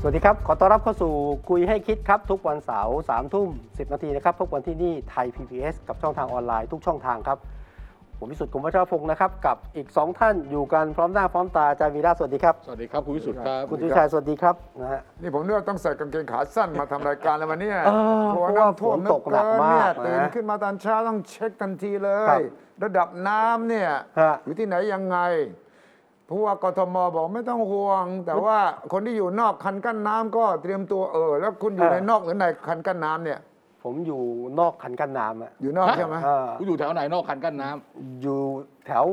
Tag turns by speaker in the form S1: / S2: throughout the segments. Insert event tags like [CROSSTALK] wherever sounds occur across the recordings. S1: สวัสดีครับ ขอต้อนรับเข้าสู่คุยให้คิดครับ ทุกวันเสาร์สามทุ่มสินาทีนะครับพบกันที่นี่ไทย PBS กับช่องทางออนไลน์ทุกช่องทางครับ ผมพิสุทธิ์กรมวัชรพงศ์นะครับกับอีก 2 ท่านอยู่กันพร้อมหน้าพร้อมตาอาจารย์วีระสวัสดีครับ
S2: สวัสดีครับ คุณวิสุทธิ์ครับ
S1: คุณทิชัยสวัสดีครับนะฮะ
S3: นี่ผมนึกว่าต้องใส่กางเกงขาสั้นมาทำ [LAUGHS] รายการแล้ววันนี้
S1: เออกเพ
S3: ลัว
S1: ราะว่า
S3: น้ำท่วม
S1: ฝนตกหนักมากนะ
S3: เหลือเกินเนี่ยตื่นขึ้นมาตอนเช้าต้องเช็คทันทีเล
S1: ครั
S3: ย
S1: บ
S3: ระดับน้ำเนี่ย
S1: ฮะ
S3: อยู่ที่ไหนยังไงผู้ว่ากทมบอกไม่ต้องห่วง แต่ว่าคนที่อยู่นอกคันกั้นน้ำก็เตรียมตัวเออ แล้วคุณอยู่ในนอกหรือในคันกั้นน้ำเนี่ย
S1: ผมอยู่นอกขันกันน้ำอะ
S3: อยู่นอกใช่ไหม
S1: เอ่อ
S2: คุณอยู่แถวไหนนอกคันกั้นน้
S1: อยู่แถว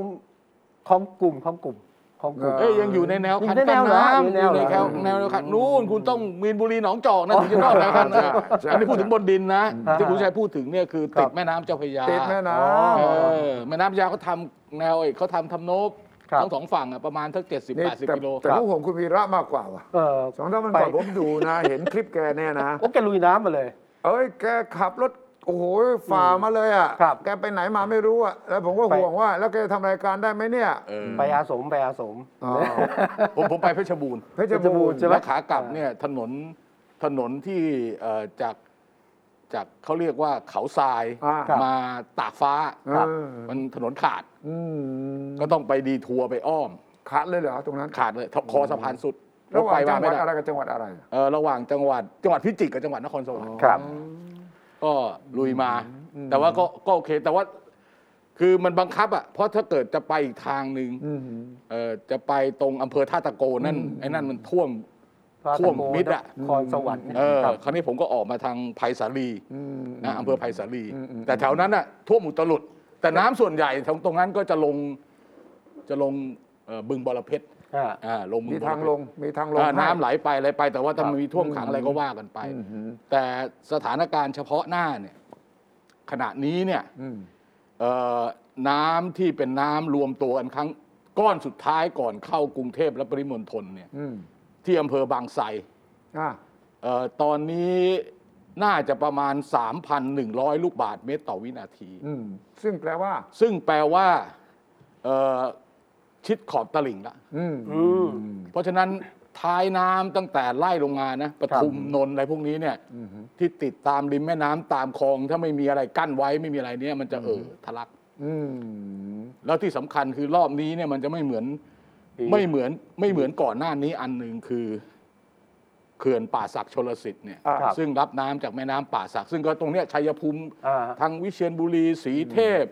S1: คลองกลุ่มคลองกลุ่มคลองกลุ่ม
S2: ำเอ้ยยังอยู่ในแนวคันกั้นน้ำ
S1: อยู่ในแนวเหรอ
S2: ยู่ในแนว
S1: อยู่ในแนวเหรอ
S2: แนวแนวคันนู่นคุณต้องมีนบุรีหนองจอกนะถึงจะนอกแนวคัน
S3: ใช่
S2: นะ
S3: ใช่
S2: อันนี้พูดถึงบนดินนะ
S1: อ่า
S2: ที่คุณชัยพูดถึงเนี่ยคือ
S1: ค
S2: ติ
S1: รั
S2: ด
S1: บ
S2: แม่น้ำเจ้าพระยา
S3: ติดแม่น้
S1: อ๋อ
S2: เออ
S3: ำ
S2: แม่น้ำพระยาเขาทำแนวไอ้เขาทำทำโนบ
S1: ครับ
S2: ทั้งสองฝั่งอะประมาณทั้งเจ็ดสิบ
S3: นี่
S2: แปดสิบ
S3: แต่
S2: กิโล
S3: แต่ผู้ผมคุณวีระมากกว่าว่ะ
S1: เอ่อ
S3: สองท่านมันก่อนผมดูนะ เห็นคลิปแกเนี่ยนะ
S1: โอ้แกลุยน้ำมาเลย
S3: เอ้ยแกขับรถโอ้โหฝ่ามาเลยอ่ะ
S1: ครับ
S3: แกไปไหนมาไม่รู้อ่ะแล้วผมก็
S1: ไป
S3: ห่วงว่า แล้วแกทำรายการได้ไหมเนี่ย
S2: เออ
S1: ไปอาสมไปอาสม
S3: อ๋อ
S2: ผมผมไปเพชรบูรณ์
S3: เพชรบูรณ์
S1: ใช่ไหม
S2: แล้วขากลับเนี่ยถนนถนนที่เอ่อจากจากเขาเรียกว่าเขาทราย
S3: อ่า
S1: ครับ
S2: มาตากฟ้า
S3: เออ
S2: มันถนนขาด
S3: อืม
S2: ก็ต้องไปดีทัวร์ไปอ้อม
S3: ขาดเลยเหรอตรงนั้น
S2: ขาดเลยคอสะพานสุด
S3: ระหว่าง
S2: ไป
S3: จั
S2: มาง
S3: ห
S2: ไม่
S3: วัด
S2: ได้
S3: อะไรกับจังหวัดอะไร
S2: เออระหว่างจังหวัด จังหวัดพิจิตรกับจังหวัดนครสวรรค์
S1: ครับ
S2: ก็ลุยมา แต่ว่าก็ก็โอเคแต่ว่า คือมันบังคับอ่ะเพราะถ้าเกิดจะไปอีกทางหนึ่ง
S3: อืม
S2: เออจะไปตรงอำเภอท่าตะโกนั่นไอ้นั่นมันท่วม ท่วมมิดอะ
S1: นครสวรรค์
S2: เออ
S1: ครับ
S2: คราวนี้ผมก็ออกมาทางไผ่สาลี
S3: อืม
S2: นะอำเภอไผ่สาลี
S3: อืมอืม
S2: แต่แถวนั้นอ่ะท่วมอุตลุดแต่น้ำส่วนใหญ่ตรงตรงนั้นก็จะลงจะลงเอ่อบึงบอระเพ็ด
S1: อ่า
S2: อ่าลงบึง
S3: มี
S2: บอระ
S3: ทาง
S2: เพ็ด
S3: ลงมีทางลง
S2: อ่าน้ำ
S3: ให้
S2: ไหลไปอะไรไป แต่ว่าถ้า
S3: ครับ
S2: มันมีท่วมขังอะไรก็ว่ากันไป
S3: อืม
S2: แต่สถานการณ์เฉพาะหน้าเนี่ยขณะนี้เนี่ย
S3: อืม
S2: เอ่อน้ำที่เป็นน้ำรวมตัวกันครั้งก้อนสุดท้ายก่อนเข้ากรุงเทพและปริมณฑลเนี่ย
S3: อืม
S2: ที่อำเภอบางไทร
S3: อ่ะ
S2: เอ่อตอนนี้น่าจะประมาณ 3,100 ลูกบาทเมตรต่อวินาที
S3: อืมซึ่งแปลว่า
S2: ซึ่งแปลว่าเอ่อชิดขอบตลิ่งละ
S3: อืม
S1: อืม
S2: เพราะฉะนั้นท้ายน้ำตั้งแต่ไล่ลงมานะปทุมนนท์อะไรพวกนี้เนี่ยที่ติดตามริมแม่น้ำตามคลอง ถ้าไม่มีอะไรกั้นไว้ไม่มีอะไรเนี่ยมันจะเอ่อทะลัก
S3: อืม
S2: แล้วที่สำคัญคือรอบนี้เนี่ยมันจะไม่เหมือนไม่เหมือนไม่เหมือนก่อนหน้านี้อันหนึ่งคือเขื่อนป่าศักชลสิทธิ์เนี่ย
S1: อ่าครับ
S2: ซึ่งรับน้ำจากแม่น้ำป่าศักซึ่งก็ตรงเนี้ยชัยภูมิ
S1: อ่า
S2: ทางวิเชียรบุรีศรีเทพ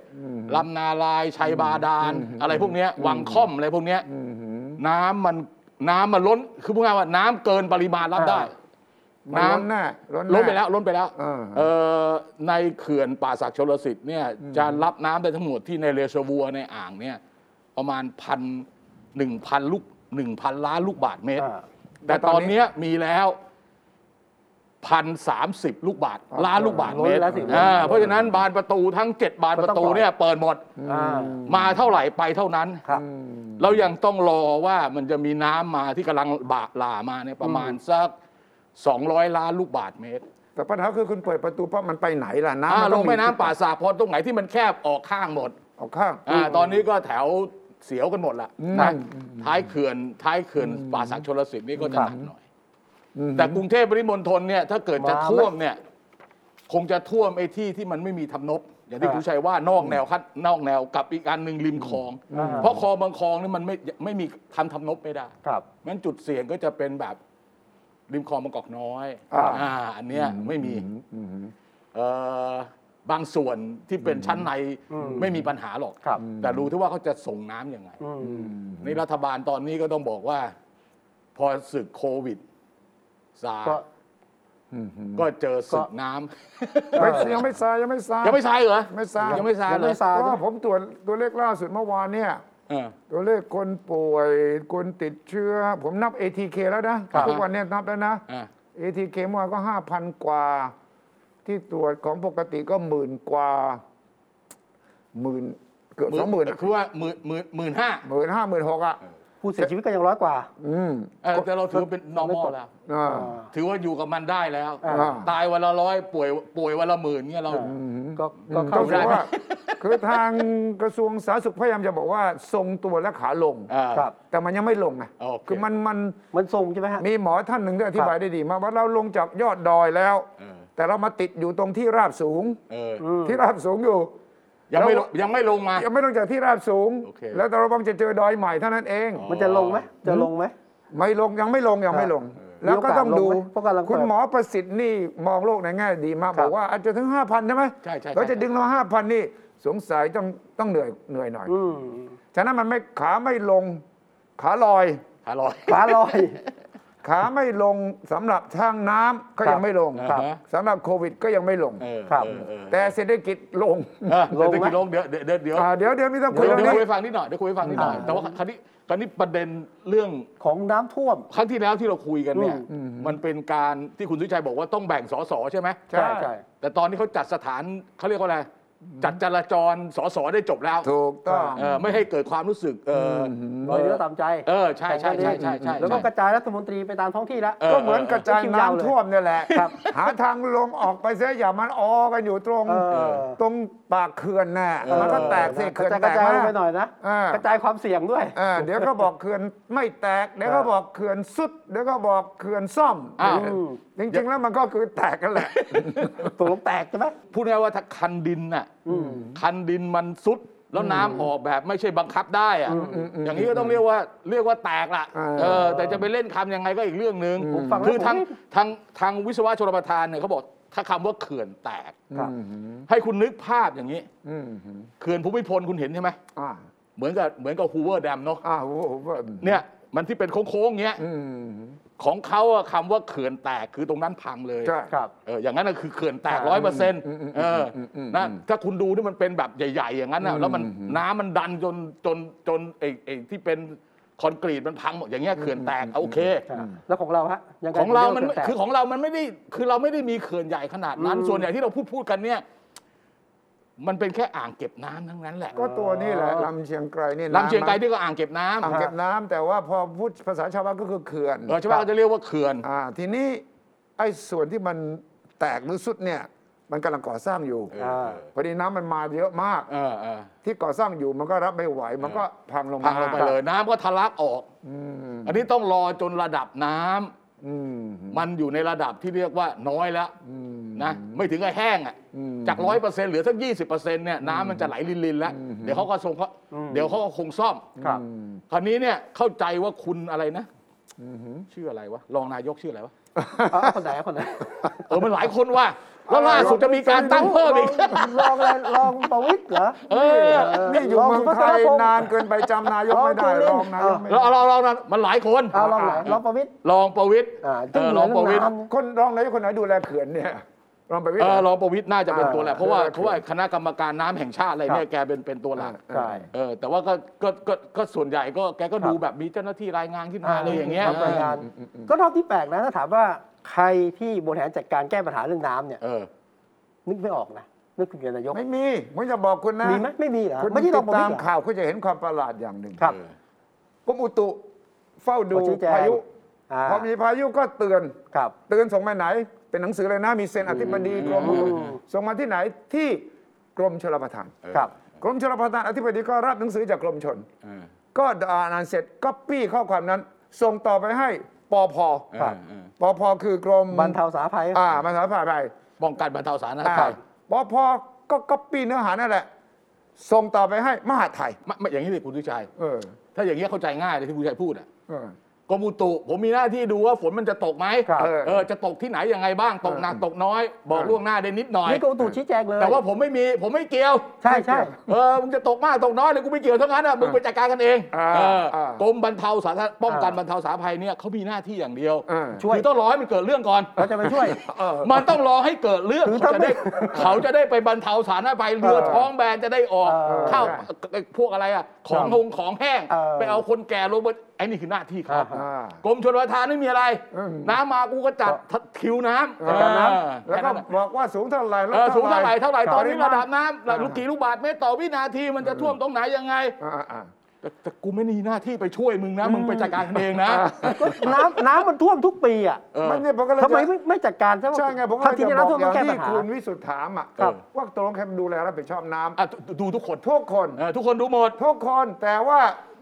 S2: ลำนาลายชัยบาดาลอะไรพวกเนี้ยวังค่อมอะไรพวกเนี้ย
S3: อืม
S2: น้ำมันน้ำมันล้นคือพูดง่ายๆว่าน้ำเกินปริมาณรับได้
S3: มันล้นแน่ล้น
S2: ล้นไป
S3: แน่
S2: แล้วล้นไปแล้ว
S3: เออ
S2: เอ่อในเขื่อนป่าศักดิ์ชลสิทธิ์เนี่ยจะรับน้ำได้ทั้งหมดที่ในเรชวัวในอ่างเนี่ยประมาณพันหนึ่งพันลูกหนึ่งพันล้านลูกบาทเมตร
S1: อ่า
S2: แต่ตอนเนี้ยมีแล้วพันสามสิบลูกบาทล้านลูกบาทเมต
S1: ล้น
S2: ร
S1: แล้วสิ
S2: อ่าเพราะฉะนั้นบานประตูทั้งเจ็ดบานประตูเนี่ยเปิดหมด
S1: อ่า
S2: มาเท่าไหร่ไปเท่านั้น
S1: ครับ
S2: เรายังต้องรอว่ามันจะมีน้ำมาที่กำลังบะหลามาเนี่ยประมาณสัก 200 ล้านลูกบาทเมตร
S3: แต่ปัญหาคือคุณเปิดประตูปั๊บมันไปไหนล่ะน้ำ
S2: อ่า
S3: มัน
S2: ล
S3: ต้อง
S2: แม่น้ำ
S3: ที่
S2: ป่าสากพอตรงไหนที่มันแคบออกข้างหมด
S3: ออกข้าง
S2: อ่าตอนนี้ก็แถวเสียวกันหมดละ
S3: อืม
S2: นะท้ายเขื่อนท้ายเขื่อนป่าสักชลสิทธิ์นี่ก็จะหนักหน่อย
S3: อืม
S2: แต่กรุงเทพปริมณฑลเนี่ยถ้าเกิดจะ
S1: มาไหม
S2: ท่วมเนี่ยคงจะท่วมไอ้ที่ที่มันไม่มีทำนบ อย่างที่
S1: อ่า
S2: คุณชัยว่านอกแนวคัดนอกแนวกับอีกอันหนึ่งริมคลอง
S1: อ่า
S2: เพราะคลองบางคลองนี่มันไม่ไม่มีทำทำนบไม่ได้
S1: ครับ
S2: งั้นจุดเสี่ยงก็จะเป็นแบบริมคลองบางกอกน้อย
S3: อ่า
S2: อ่าอันเนี้ยไม่มี
S3: อืม
S2: เอ่อบางส่วนที่เป็นชั้นใน
S1: อืม
S2: ไม่มีปัญหาหรอก
S1: ครับ
S2: แต่รู้ที่ว่าเขาจะส่งน้ำยังไง
S1: อืม
S2: นี่รัฐบาลตอนนี้ก็ต้องบอกว่า พอศึกโควิดซา
S1: ก็
S2: ก็เจอศึ
S1: ก็
S2: กน้ำ
S3: ไม่ยังไม่ซายังไม่ซา
S2: ยั
S3: ยัง
S2: ไม่ซายเหรอ
S3: ไม่ซา
S2: ยั
S3: ยัง
S2: ไม่ซาย
S1: ยัง
S2: เล
S1: ไม่
S2: ย
S1: ซา
S3: เพราะว่าผมตรวจตัวเลขล่าสุดเมื่อวานเนี่ย
S2: เออ
S3: ตัวเลขคนป่วย คนติดเชื้อ ผมนับ ATK แล้วนะครับ ทุกวันเนี่ยนับแล้วนะ
S2: อ่ะ
S3: ATK เมื่อวานก็ห้าพันกว่า ที่ตรวจของปกติก็หมื่นกว่าหมื่นเกือบสองหมื่น
S2: คือว่าหมื่นหมื่นหมื่นห้า
S3: หมื่นห้าหมื่นหกอ่ะ
S1: ผู้เสียชีวิตก็ยังร้อยกว่า
S3: อืม
S2: เออแต่เราถือว่าเป็น normal แล้ว
S3: อ่า
S2: ถือว่าอยู่กับมันได้แล้ว
S1: อ่า
S2: ตายวันละร้อยป่วยป่วยวันละหมื่นเนี่ยเรา
S1: ก็
S3: ก็
S1: ก็
S3: เข้า
S1: เข้า
S3: ใจ
S1: ได้
S3: ว่า คือทางกระทรวงสาธารณสุขพยายามจะบอกว่าทรงตัวและขาลง
S2: อ่า
S1: ครับ
S3: แต่มันยังไม่ลงไง
S2: โอเค
S3: คือมันมัน
S1: มันทรงใช่ไหมฮะ
S3: มีหมอท่านหนึ่งที่อธิบายได้ดีมากว่าเราลงจากยอดดอยแล้ว
S2: เออ
S3: แต่เรามาติดอยู่ตรงที่ราบสูง
S2: เออ
S3: ที่ราบสูงอยู่
S2: ยังไม่ลง
S3: แล้ว
S2: ยังไม่ลงมา
S3: ยังไม่ลงจากที่ราบสูง
S2: โอเค
S3: แล้วแต่เราบังจะเจอดอยใหม่เท่านั้นเอง
S2: อ๋อ
S1: มันจะลงไหมจะลงไหม
S3: ไม่ลงยังไม่ลงยังไม่ลง
S1: อ
S3: แล้วก็ต้องดู
S1: มีโอกาสลงไหมเพราะกำลังเปิด
S3: คุณหมอประสิทธิ์นี่มองโลกในแง่ดีมาก
S1: ครับ
S3: บอกว่าอาจจะถึง 5,000ใช่ไหม
S2: ใช่ใช่
S3: เราจะ
S2: ใช่
S3: ดึงเรา5,000 นี่สงสัยต้องต้องเหนื่อยเหนื่อยหน่อย
S1: อืม
S3: ฉะนั้นมันไม่ขาไม่ลง ขาลอย
S2: หาลอย
S1: ขาลอย
S3: ขาไม่ลงสำหรับช่างน้ำก็
S1: ครับ
S3: ยังไม่ลง
S2: ครับ
S3: สำหรับโควิดก็ยังไม่ลง
S2: เออ
S1: ครับ
S2: เออเออ
S3: แต่เศรษฐกิจลง
S2: เออ
S1: ล
S2: เศรง ษ
S1: ไหม
S2: ฐกิจลงเดี๋ยวเดี๋ยวเดี๋ยวเดี๋ยว
S3: อ่าเดี๋ยวเดี๋ยวมีต้องคุย
S2: เดี๋ยว
S3: เรื่อง
S2: เดี๋ยวคุย
S3: นี้
S2: ให้ฟังนิดหน่อยเดี๋ยวคุยให้ฟังนิดหน่อย
S1: อ่า
S2: แต่ว่าคราวนี้คราวนี้ประเด็นเรื่อง
S1: ของน้ำท่วม
S2: ครั้งที่แล้วที่เราคุยกันเนี่ย
S1: อื
S2: มันเป็นการที่คุณสุชัยบอกว่าต้องแบ่งสสใช่ไหม
S3: ใช่
S1: ใช่
S2: แต่ตอนนี้เขาจัดสถานเขาเรียกว่าอะไรจัดจราจรสสได้จบแล้ว
S3: ถูกต้อง
S2: เออไม่ให้เกิดความรู้สึกเออ
S1: ลอยเนื้อตามใจ
S2: เออใช่ใช่ใช่ใช่ใช่
S1: แล้วก็
S2: ใช่
S1: กระจายรัฐมนตรีไปตามท้องที่แล้ว
S2: เออ
S3: ก็เหมือนกระจายน้ำท่วมเนี่ยแหละ
S1: ครับ
S3: หาทางลงออกไปเสียอย่ามันออกันอยู่ตรง
S1: เออ
S3: ตรงปากเขื่อนน่ะ
S2: เออ
S3: มันก็แตกสิ
S1: ก
S3: เขื่
S1: ระ
S3: อน
S1: จายกระ
S3: แตก
S1: จายลง
S3: มาก
S1: ไปหน่อยนะ
S3: อ่า
S1: กระจายความเสี่ยงด้วย
S3: เออเดี๋ยวก็บอกเขื่อนไม่แตก เดี๋ยวก็บอกเขื่อนสุด เดี๋ยวก็บอกเขื่อนซ่อม
S2: อ้าว
S3: เออจริงๆแล้วมันก็คือแตกกันแหละ
S1: ตกลงแตกใช่ไหม
S2: พูดง่ายๆว่าถ้าคันดินน่ะคันดินมันซุดแล้วน้ำออกแบบไม่ใช่บังคับได้อะอย่างนี้ก็ต้องเรียกว่าเรียกว่าแตกละ
S3: อ่า
S2: เออแต่จะไปเล่นคำยังไงก็อีกเรื่องหนึ่ง
S1: ผมฟังแล้ว
S2: คือทาง
S1: ผม
S2: ทางทางวิศวะชลประทานเนี่ยเขาบอกถ้าคำว่าเขื่อนแตก
S1: ครับ
S2: ให้คุณนึกภาพอย่างนี้
S3: อืม
S2: เขื่อนภูมิพลคุณเห็นใช่ไหม
S3: อ่า
S2: เหมือนกับเหมือนกับฮูเวอร์แดมเนาะ
S3: อ่าโอ้โหว่า
S2: เนี่ยมันที่เป็นโค้งๆเงี้ย
S3: อืม
S2: ของเขาอะคำว่าเขื่อนแตกคือตรงนั้นพังเลย
S3: ใช่
S1: ครับ
S2: เอออย่างนั้นนะคือเขื่อนแตกร้อยเปอร์เซ็นต์เอออ
S3: มอืม
S2: นะถ้าคุณดูนี่มันเป็นแบบใหญ่ ๆ อย่างนั้นนะแล้วมันน้ำมันดันจนจนจนไอ้ไอ้ที่เป็นคอนกรีตมันพังหมดอย่างเงี้ยเขื่อนแตกโอเค
S1: แล้วของเราฮะยังไง
S2: ของเรามัน
S1: ถึ
S2: ไม่
S1: จะแตก
S2: คือของเรามันไม่ได้ คือเราไม่ได้มีเขื่อนใหญ่ขนาดนั้น
S1: อืม
S2: ส่วนใหญ่ที่เราพูดพูดกันเนี่ย มันเป็นแค่อ่างเก็บน้ำทั้งนั้นแหละ
S3: ก็ตัวนี้แหละลำเชียงไกรนี่
S2: ลำเชียงไกล
S3: น้
S2: นี่ก็อ่างเก็บน้ำ
S3: อ่างเก็บน้ำแต่ว่าพอพูดภาษาชาวบ้านก็คือเขื่อน
S2: เออชาวบ้านเขาจะเรียกว่าเขื่อน
S3: อ่าทีนี้ไอ้ส่วนที่มันแตกหรือสุดเนี่ย มันกำลังก่อสร้างอยู่
S2: เอ
S1: อ่า
S3: พอดีน้ำมันมาเยอะมาก
S2: เออเออ
S3: ที่ก่อสร้างอยู่มันก็รับไม่ไหว มันก็พังลงมา
S2: พังลงไปเลย น้ำก็ทะลักออก
S3: อืม
S2: อันนี้ต้องรอจนระดับน้ำ
S3: อืม
S2: มันอยู่ในระดับที่เรียกว่าน้อยแล้ว
S3: อืม
S2: นะไม่ถึงกับแห้งอ่ะ
S3: อืม
S2: จากร้อยเปอร์เซ็นต์เหลือสักยี่สิบเปอร์เซ็นต์เนี่ยน้ำมันจะไหลลินๆแล้ว เดี๋ยวเขาก็ส่งเขา
S1: อืม
S2: เดี๋ยวเขาก็คงซ่อม
S1: ครับ
S2: คราวนี้เนี่ยเข้าใจว่าคุณอะไรนะชื่ออะไรวะรองนายกชื่ออะไรวะ
S1: เอาคนไหนเอาคนไหน
S2: เออมันหลายคนว่ะแล้วล่าสุดจะมีการตั้งเพิ่มอีก
S1: ลองอะไรลองประวิตรเหรอ
S2: เออ
S3: นี่อยู่เมืองไทย
S1: ล
S3: นานเกินไปจำนายกไม่ได้รองนายกไม่
S2: เรา
S3: ได้
S2: เราเรานะมันหลายคน
S1: เอาลองไหนลองประวิตร
S2: รองประวิตร
S1: อ่า
S2: เออรองประวิตร
S1: เรื่องน้ำ
S3: คนรองนายกคนไหนดูแลเขื่อนเนี่ยรองไปวิท
S2: เอ
S3: ย์
S2: อร
S3: เหรอ
S2: องประวิทย์น่าจะเป็นตัวแหละ
S3: อ่า
S2: เพราะว่า
S3: ใช่
S2: เพราะว่าคณะกรรมการน้ำแห่งชาติอะไรเนี่ยแกเป็นเป็นตัวหลัก
S1: ใช่
S2: เออแต่ว่าก็ก็ก็ก็ส่วนใหญ่ก็แกก็ดู
S1: ครับ
S2: แบบมีเจ้าหน้าที่รายงานขึ้นมาอะไรอย่างเงี้ย
S1: ทำรายงานก็รอบที่แปลกนะถ้าถามว่าใครที่บริหารจัดการแก้ปัญหาเรื่องน้ำเนี่ย
S2: เออ
S1: นึกไม่ออกนะ นึกถึงนายก
S3: ไม่มีผมจะบอกคุณนะ
S1: มีไหมไม่มีเหรอ
S3: คุณ
S1: ไม่
S3: ติ
S1: ใช่รอง
S3: ด
S1: ประวิตร
S3: ตาม
S1: เหรอ
S3: ข่าวคุณจะเห็นความประหลาดอย่างหนึ่ง
S1: ครับ
S2: เออก
S3: รมอุตุเฝ้าดู
S1: ขอชี้แจง
S3: พายุ
S1: อ่า
S3: พอมีพายุก็เตือน
S1: ครับ
S3: เตือนส่งมาไหน เป็นหนังสือเลยนะ มีเซ็นอธิบดีกรม
S1: อืม
S3: ส่งมาที่ไหนที่กรมชลประทาน
S2: เออ
S1: ครับ
S3: กรมชลประทานอธิบดีก็รับหนังสือจากกรมชน
S2: เออ
S3: ก็อ่านเสร็จก็ปี้ข้อความนั้น ส่งต่อไปให้ปอพอ
S1: ครับ
S2: เออ
S3: ปอพอคือกรม
S1: บรรเทาสาภัย
S3: อ่าบรรเทาภัยไป
S2: ป้องกันบรรเทาสาธารณภัย
S3: ปอพอก็ก็ปี้เนื้อหานั่นแหละ ส่งต่อไปให้มหาดไทย
S2: ไม่ไม่อย่างนี้เลยคุณทุชัย
S3: เออ
S2: ถ้าอย่างเงี้ยเข้าใจง่ายเลยที่คุณชัยพูดอ่ะ
S3: เออ
S2: กรมอุตุผมมีหน้าที่ดูว่าฝนมันจะตกไหม
S1: ครับ
S2: เออเออจะตกที่ไหนยังไงบ้างตกหนักตกน้อย บอก
S3: เออ
S2: ล่วงหน้าได้นิดหน่อย
S1: นี่กรมอุตุชี้แจงเลย
S2: แต่ว่าผมไม่มีผมไม่เกี่ยว
S1: ใช่ใช่
S2: เออ มึงจะตกมากตกน้อยเลยกูไม่เกี่ยวทั้งนั้นอ่ะ มึงไปจัดการกันเอง
S3: อ่า
S2: เออ
S3: าก ก
S2: รมบรรเทาสาธารณป้องกัน
S1: อ่า
S2: บรรเทาสาภัยเนี่ยเขามีหน้าที่อย่างเดียว
S3: เออ
S1: ช่วย
S2: คือต้องรอให้มันเกิดเรื่องก่อน
S1: เราจะไปช่วย
S2: มันต้องรอให้เกิดเรื่อง
S1: คือ
S2: เขา
S1: ถ้า
S2: จะ
S1: ไม่
S2: ได้เขาจะได้ไปบรรเทาสาธารณภัยเรือ
S1: เออ
S2: ท้องแบนจะได้ออก
S1: เออ
S2: ข้าว
S3: ใช่
S2: พวกอะไรอ่ะ ของหงของแห้ง
S1: เออ
S2: ไปเอาคนแก่ลงไป ไอ้นี่คือหน้าที่ครับ
S1: อ่า
S3: อ่า
S2: กรมชลประทานไม่มีอะไร
S3: อืม
S2: น้ำมากูก็จัดคิวน้ำ
S3: ระดับน้
S2: เออ
S3: ำแล้ว
S2: ค่
S3: ก็
S2: นั้น
S3: บอกว่าสูงเท่าไหร่ลด
S2: เออสูงเท่าไหร่เท่าไหร่ตอนนี้
S3: ป
S2: ระ
S3: ม
S2: ดั
S3: ณ
S2: บน้ำละ
S3: อ่า
S2: ลูกกี่ลูกบาทเมตรต่อวินาทีมันจะท่วมตรงไหนยังไง
S3: อ่าอ่า
S2: แต่แต่กูไม่มีหน้าที่ไปช่วยมึงนะ มึงไปจัดการกันเองนะ
S1: ก็น้ำน้ำมันท่วมทุกปีอ่ะ
S2: เออ
S3: มันเนี่ยผมก็เลยจะ
S1: ทำไมไม่ไม่จัดการใช่ไหม
S3: ใช่ไงผมก็
S1: ทั้
S3: เล
S1: ง
S3: ย
S1: ที่
S3: จะ
S1: น้ำ
S3: บ
S1: ท่ว
S3: อ
S1: ม
S3: กอ
S1: ต้อย่าง งแก้ปั
S3: ที่
S1: ญหา
S3: คุณวิสุทธ์ถามอ่ะ
S1: ครับ
S3: ว่าตกลงใครดูแลรับผิดชอบน้
S2: อ่ะดูดูทุกคน
S3: ำทุกคน
S2: เออทุกคนดูหมด
S3: ทุกคนแต่ว่า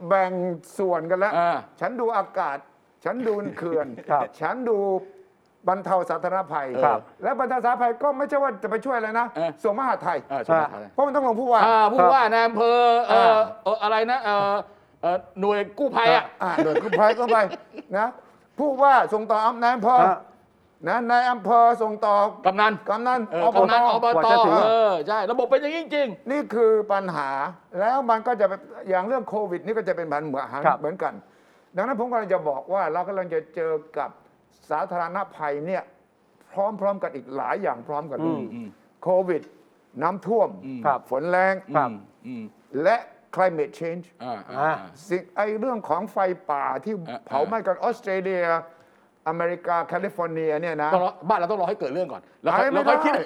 S3: แบ่งส่วนกันแล้ว
S2: อ่า
S3: ฉันดูอากาศ ฉันดูเขื่อน
S1: ครับ
S3: ฉันดูบรรเทาสาธารณภัย
S1: ครับ
S3: และบรรเทาสาธารณภัยก็ไม่ใช่ว่าจะไปช่วยอะไรนะ
S2: เออ
S3: ส่วนมหาดไทย
S2: เออใช่ไหมครับ
S3: เพราะมันต้องลงผู้ว่า
S2: อ่าผู้ว่าในายอำเภอเออ
S3: อ่า
S2: เอออะไรนะเออเออหน่วยกู้ภัยอ่ะ
S3: อ่าหน่วยกู้ภัยก็ไปนะผู้ว่าส่งต่ออำนายอำเภอ
S1: ฮะ
S3: นะนายอำเภอส่งต่อก
S2: ำนัน
S3: กำนัน
S2: เออ
S3: อบ
S2: กำ
S3: ต
S2: นันอบ
S1: กว่า
S2: ต
S1: จะถึง
S2: เออใช่ระบบเป็นอย่างนี้จริง
S3: นี่คือปัญหาแล้วมันก็จะเป็นอย่างเรื่องโควิด นี่ก็จะเป็นปัญหา
S1: ครับ
S3: เหมือนกัน ดังนั้นผมกำลังจะบอกว่าเรากำลังจะเจอกับสาธารณภัยเนี่ยพร้อมๆกันอีกหลายอย่างพร้อมกันเลย
S2: อืม
S3: โควิด น้ำท่วม
S2: อืม
S1: ครับ
S3: ฝนแรง
S2: ๆ
S1: ครับ
S2: อืมอืม
S3: และ climate change
S2: อ่าอ่าอ่า
S3: สิ่งไอเรื่องของไฟป่าที่
S2: อ่ะ
S3: เผาไหม้กันออสเตรเลีย อเมริกา แคลิฟอร์เนียเนี่ยนะ
S2: ต้องรอบ้านเราต้องรอให้เกิดเรื่องก่อนแล้ว
S3: ไป
S2: ค่อย
S3: ไม่
S2: แล้วค่อยคิด
S3: ได้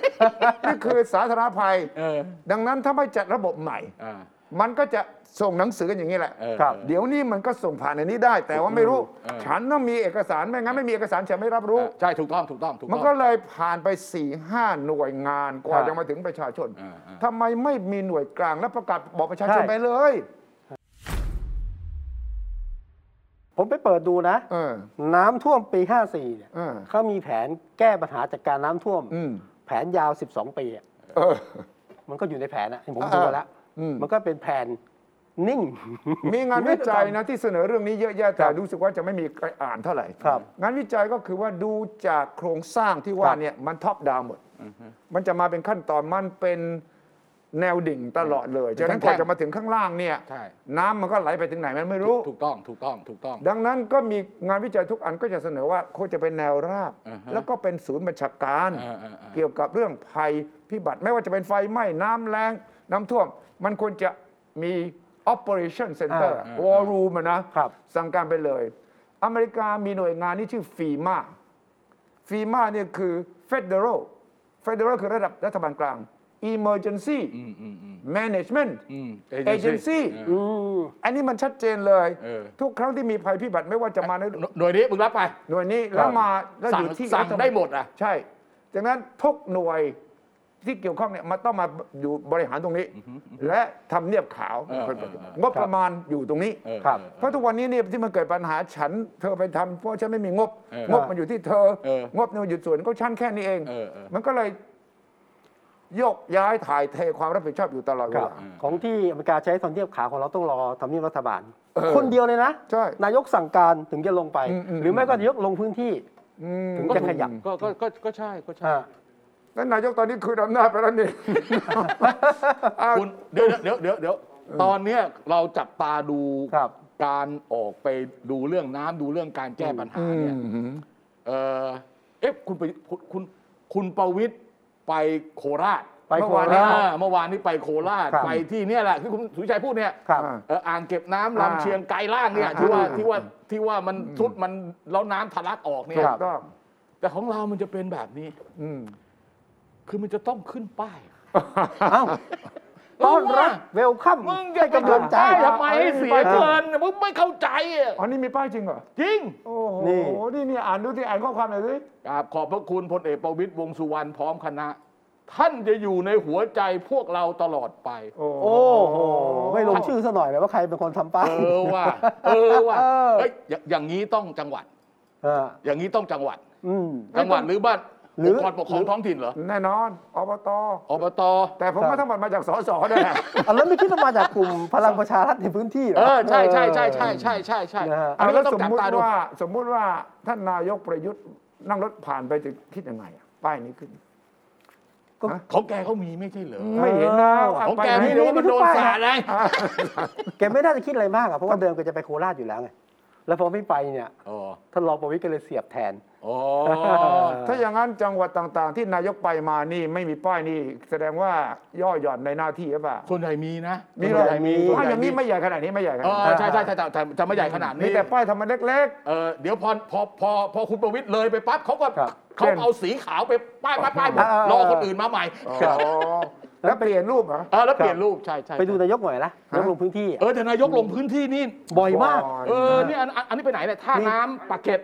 S3: นี่คือสาธารณภัย
S2: เออ
S3: ดังนั้นถ้าไม่จัดระบบใหม่
S2: อ่า
S3: มันก็จะส่งหนังสือกันอย่างนี้แหละ
S2: เออ
S1: ครับ
S3: เดี๋ยวนี้มันก็ส่งผ่านในนี้ได้ แต่ว่าไม่รู้
S2: เออ
S3: ฉันต้องมีเอกสารไม่งั้นไม่มีเอกสารฉันไม่รับ
S2: เอ
S3: รู้
S2: อใช่ถูกต้องถูกต้องถูก
S3: มัน
S2: ต้อง
S3: ก็เลยผ่านไป4ี่ห้าหน่วยงานกว่า
S1: ครับ
S3: จะมาถึงประชาชน
S2: อ่าอ่า
S3: ทำไมไม่มีหน่วยกลางและประกาศบอกประชาชน
S1: ใช่
S3: ไปเลย
S1: ผมไปเปิดดูนะ
S3: เออ
S1: น้ำท่วมปี 54เนี่ย
S3: เออ
S1: เขามีแผนแก้ปัญหาจากการน้ำท่วม
S3: อืม
S1: แผนยาว 12 ปีอะ
S3: เออ
S1: มันก็อยู่ในแผนนะผม
S3: อ่า
S1: ดูมาแล้ว
S3: อืม
S1: มันก็เป็นแผนนิ่ง
S3: มีงานวิจัยนะที่เสนอเรื่องนี้เยอะแยะ
S1: ค
S3: แต่
S1: รับ
S3: รู้สึกว่าจะไม่มีใครอ่านเท่าไหร่
S1: ครับ
S3: งานวิจัยก็คือว่าดูจากโครงสร้างที่ว่า
S1: ครับ
S3: เนี่ยมันท็อปดาวหมด มันจะมาเป็นขั้นตอนมันเป็นแนวดิ่งตลอดเลยฉะนั้น
S2: แท่
S3: ก
S2: ๆ
S3: ว่างจะมาถึงข้างล่างเนี่ย
S2: ใช่
S3: น้ำมันก็ไหลไปถึงไหนมันไม่รู้
S2: ถูกต้องถูกต้องถูกต้อง
S3: ดังนั้นก็มีงานวิจัยทุกอันก็จะเสนอว่าควรจะเป็นแนวราบ
S2: อ่าฮะ
S3: แล้วก็เป็นศูนย์บัญชาการ
S2: อ่าอ่าอ่า
S3: เกี่ยวกับเรื่องภัยพิบัติไม่ว่าจะเป็นไฟไหม้น้ำแรงน้ำท่วม มันควรจะมี operation center
S1: อ่า
S3: war room อะนะครับ สั่งการไปเลย อเมริกามีหน่วยงานที่ชื่อฟีมาฟีมาเนี่ยคือ federal federal คือระดับรัฐบาลกลาง emergency
S2: อืมอืมอืม
S3: management
S2: อืม
S3: agency
S2: เออ
S1: อืม
S3: อันนี้มันชัดเจนเลย
S2: เออ
S3: ทุกครั้งที่มีภัยพิบัติไม่ว่าจะมาใน
S2: หน่วยหน่วยนี้มึงรับไป
S3: หน่วยนี้แล้วมาแล้ว
S2: สั่
S3: อง ยู่ที่
S2: สั่ง
S3: รัฐบาล
S2: ได้หมดอ่ะ
S3: ใช่จากนั้นทุกหน่วยที่เกี่ยวข้องเนี่ยมันต้องมาอยู่บริหารตรงนี้ และทำเนียบขาว
S2: เออเออเออ
S3: งบประมาณอยู่ตรงนี้
S2: เออ
S1: ครับ
S2: เออ
S3: เพราะทุกวันนี้เนี่ยที่มันเกิดปัญหาฉัน เธอไปทำเพราะฉันไม่มีงบ
S2: เออง
S3: บมันอยู่ที่เธอ
S2: เออง
S3: บเนี่ยมันอยู่ส่วนก็ฉันแค่นี้เอง
S2: เออเออ
S3: มันก็เลยโยกย้ายถ่ายเทความรับผิดชอบอยู่ตลอดเว
S1: ครับ
S3: ลา
S1: ของที่อเมริกาใช้ทำเนียบขาวของเราต้องรอทำเนียบรัฐบาล คนเดียวเลยนะ
S3: ใช่
S1: นายกสั่งการถึงจะลงไป
S3: อืมอืม
S1: หรือไม่ก็นายกลงพื้นที่
S3: อืม
S1: ถึงจะขยับ
S2: ก็ก็ก็ก็ใช่ก็ใช่
S1: อ่า
S3: แล้วนายกตอนนี้คืออำนาจไปแล้วนี่ อ่ะ
S2: คุณเดี๋ยวเดี๋ยวเดี๋ยวเดี๋ยวตอนเนี้ยเราจับตาดู
S1: ครับ
S2: การออกไปดูเรื่องน้ำดูเรื่องการแก้ปัญหาเนี่ย เอ่อเอ๊ะคุณไปคุณคุณคุณประวิตย์ไปโคราช
S1: ไปโค
S3: เมื่อวานนี้
S1: รา
S2: อ่า
S1: ช
S2: เมื่อวานนี้ไปโคราช
S1: ครับ
S2: ไปที่เนี่ยแหละที่คุณสุวิชัยพูดเนี่ย
S1: ครับ
S3: อ่า
S2: เอ่ออ่างเก็บน้ำ
S3: อ่า
S2: ลำเชียงไกลล่างเนี่ย
S3: อ่า
S2: ที่ว่า
S3: อ่า
S2: ที่ว่าที่ว่ามันทุดมันแล้วน้ำทะลักออกเนี่ย
S3: ถูกต้อง
S2: แต่ของเรามันจะเป็นแบบนี้
S3: อืม
S2: คือมันจะต้องขึ้นป้าย
S1: เอ้าต้อนรับเวลคัม
S2: มึงจะ
S1: ให้กำลังใจ
S2: ทำไมให้เสียเกินมึงไม่เข้าใจอ่ะ
S3: อ๋อนี่มีป้ายจริงเหรอ
S2: จริง
S3: โอ้โห
S1: นี่
S3: นี่นี่อ่านดูที่อ่านข้อความหน่อยสิ
S2: กราบขอบพระคุณพลเอกประวิตยวงษ์สุวรรณพร้อมคณะ ท่านจะอยู่ในหัวใจพวกเราตลอดไป
S3: โอ้
S1: โอ้โห ไม่ลงชื่อซะหน่อยเลยว่าใครเป็นคนทำป้าย
S2: เออว่า เออว่า
S1: เออ
S2: เอ้ยอย่าอย่างนี้ต้องจังหวัด
S1: อ่า
S2: อย่างนี้ต้องจังหวัด
S1: อืม
S2: จังหวัดหรือบ้าน
S1: หรือ
S2: องค์กรปกครองท้องถิ่นเหรอ
S3: แน่นอนอบต
S2: อบต
S3: แต่ผม
S1: ครั
S3: ว่า
S1: บ
S3: ทั้งหมดมาจากสสด้วยนะ
S1: อ่ะแล้วไม่คิดว่ามาจากกลุ่มพลังประชารัฐในพื้นที่เหรอ
S2: เออใช่ใช่ใช่ใช่ใช่ใช่ใช่
S1: นะฮะ
S2: อันนี้
S3: แล้ว
S2: ก็ต้อ
S3: ส
S2: ง
S3: ม
S2: จับ
S3: มุติ
S2: ตาดู
S3: ว่า สมมุติว่าท่านนายกประยุทธ์นั่งรถผ่านไปจะคิดยังไงอะป้ายนี้ขึ้น
S2: ของแกเขามีไม่ใช่เหรอ
S3: ไม่เห็นนะว่า
S2: ของ
S3: ไป
S2: แก
S3: ไหน
S2: ไม่รู้ว่ามันโดนสาดไง
S1: แกไม่น่าจะคิดอะไรมากอะเพราะว่าเดิมแก็จะไปโคราชอยู่แล้วไง แล้วพอไม่ไปเนี่ย
S2: อ๋อ
S1: ท่านรองประวิตรก็เลยเสียบแทน
S2: อ๋อ
S3: ถ้าอย่างนั้นจังหวัดต่างๆ ที่นายกไปมานี่ไม่มีป้ายนี่ แสดงว่าย่อหย่อนในหน้าที่หรือเปล่า
S2: ส่วนใหญ่มีนะ
S3: มี
S2: ส่
S3: เล
S2: วน
S3: ย
S2: ใหญ่มี
S3: ป้ายอย่างนี้ไม่ใหญ่ขนาดนี้ไม่ใหญ่ขนา
S2: เอ
S3: ด
S2: อ
S3: นี้
S2: ใช่ใช่ใช่แต่แต่จะไม่ใหญ่ขนาด
S3: มี
S2: นี้
S3: แต่ป้ายทำมันเล็ก
S2: เออเดี๋ยวพอพอพอพอคุณประวิตยเลยไปปั๊บเขาก็
S1: ครับ
S2: เขาเอาสีขาวไปป้ายป้ายป้ายหมด
S1: เออ
S2: รอคนอื่นมาใหม่
S3: ๆ อ๋อ แล้วเปลี่ยนรูปเหรอ
S2: เออแล้วเปลี่ยนรูปใช่ใช่
S1: ไปดูนายกหน่อยละนายกลงพื้นที่อะ
S2: เออแต่นายกลงพื้นที่นี่
S1: บ่อยมาก
S3: บ่อย
S2: เออเนี่ยอันอันอันนี้ไปไหนเนี่ยท่าน้ำปากเกร็ด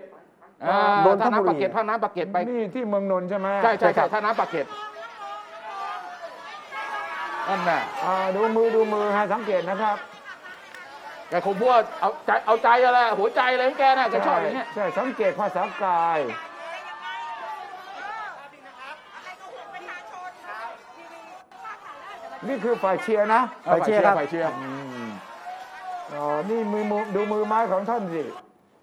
S2: อ่า
S1: โดน
S2: ท่า
S1: ทบุรี
S2: น้ำปากเกร็ดท่าน้ำปากเกร็ดไป
S3: นี่ที่เมืองนนท์ใช่ไหม
S2: ใช่ใช่ใช่ท่าน้ำปากเกร็ดนั่นน่ะ
S3: อ่าดูมือดูมือฮะสังเกตนะครับ
S2: แกคงพูดว่าเอาใจเอาใจอะไรหัวใจอะไรของแกน่ะแกชอบอย่างเงี้ย
S3: ใช่สังเกตภาษากาย นี่คือฝ่ายเชียร์นะ
S1: ไปเชียร์ครับ
S2: ไปเชียร์
S3: อ๋อนี่มือมือดูมือไม้ของท่านสิ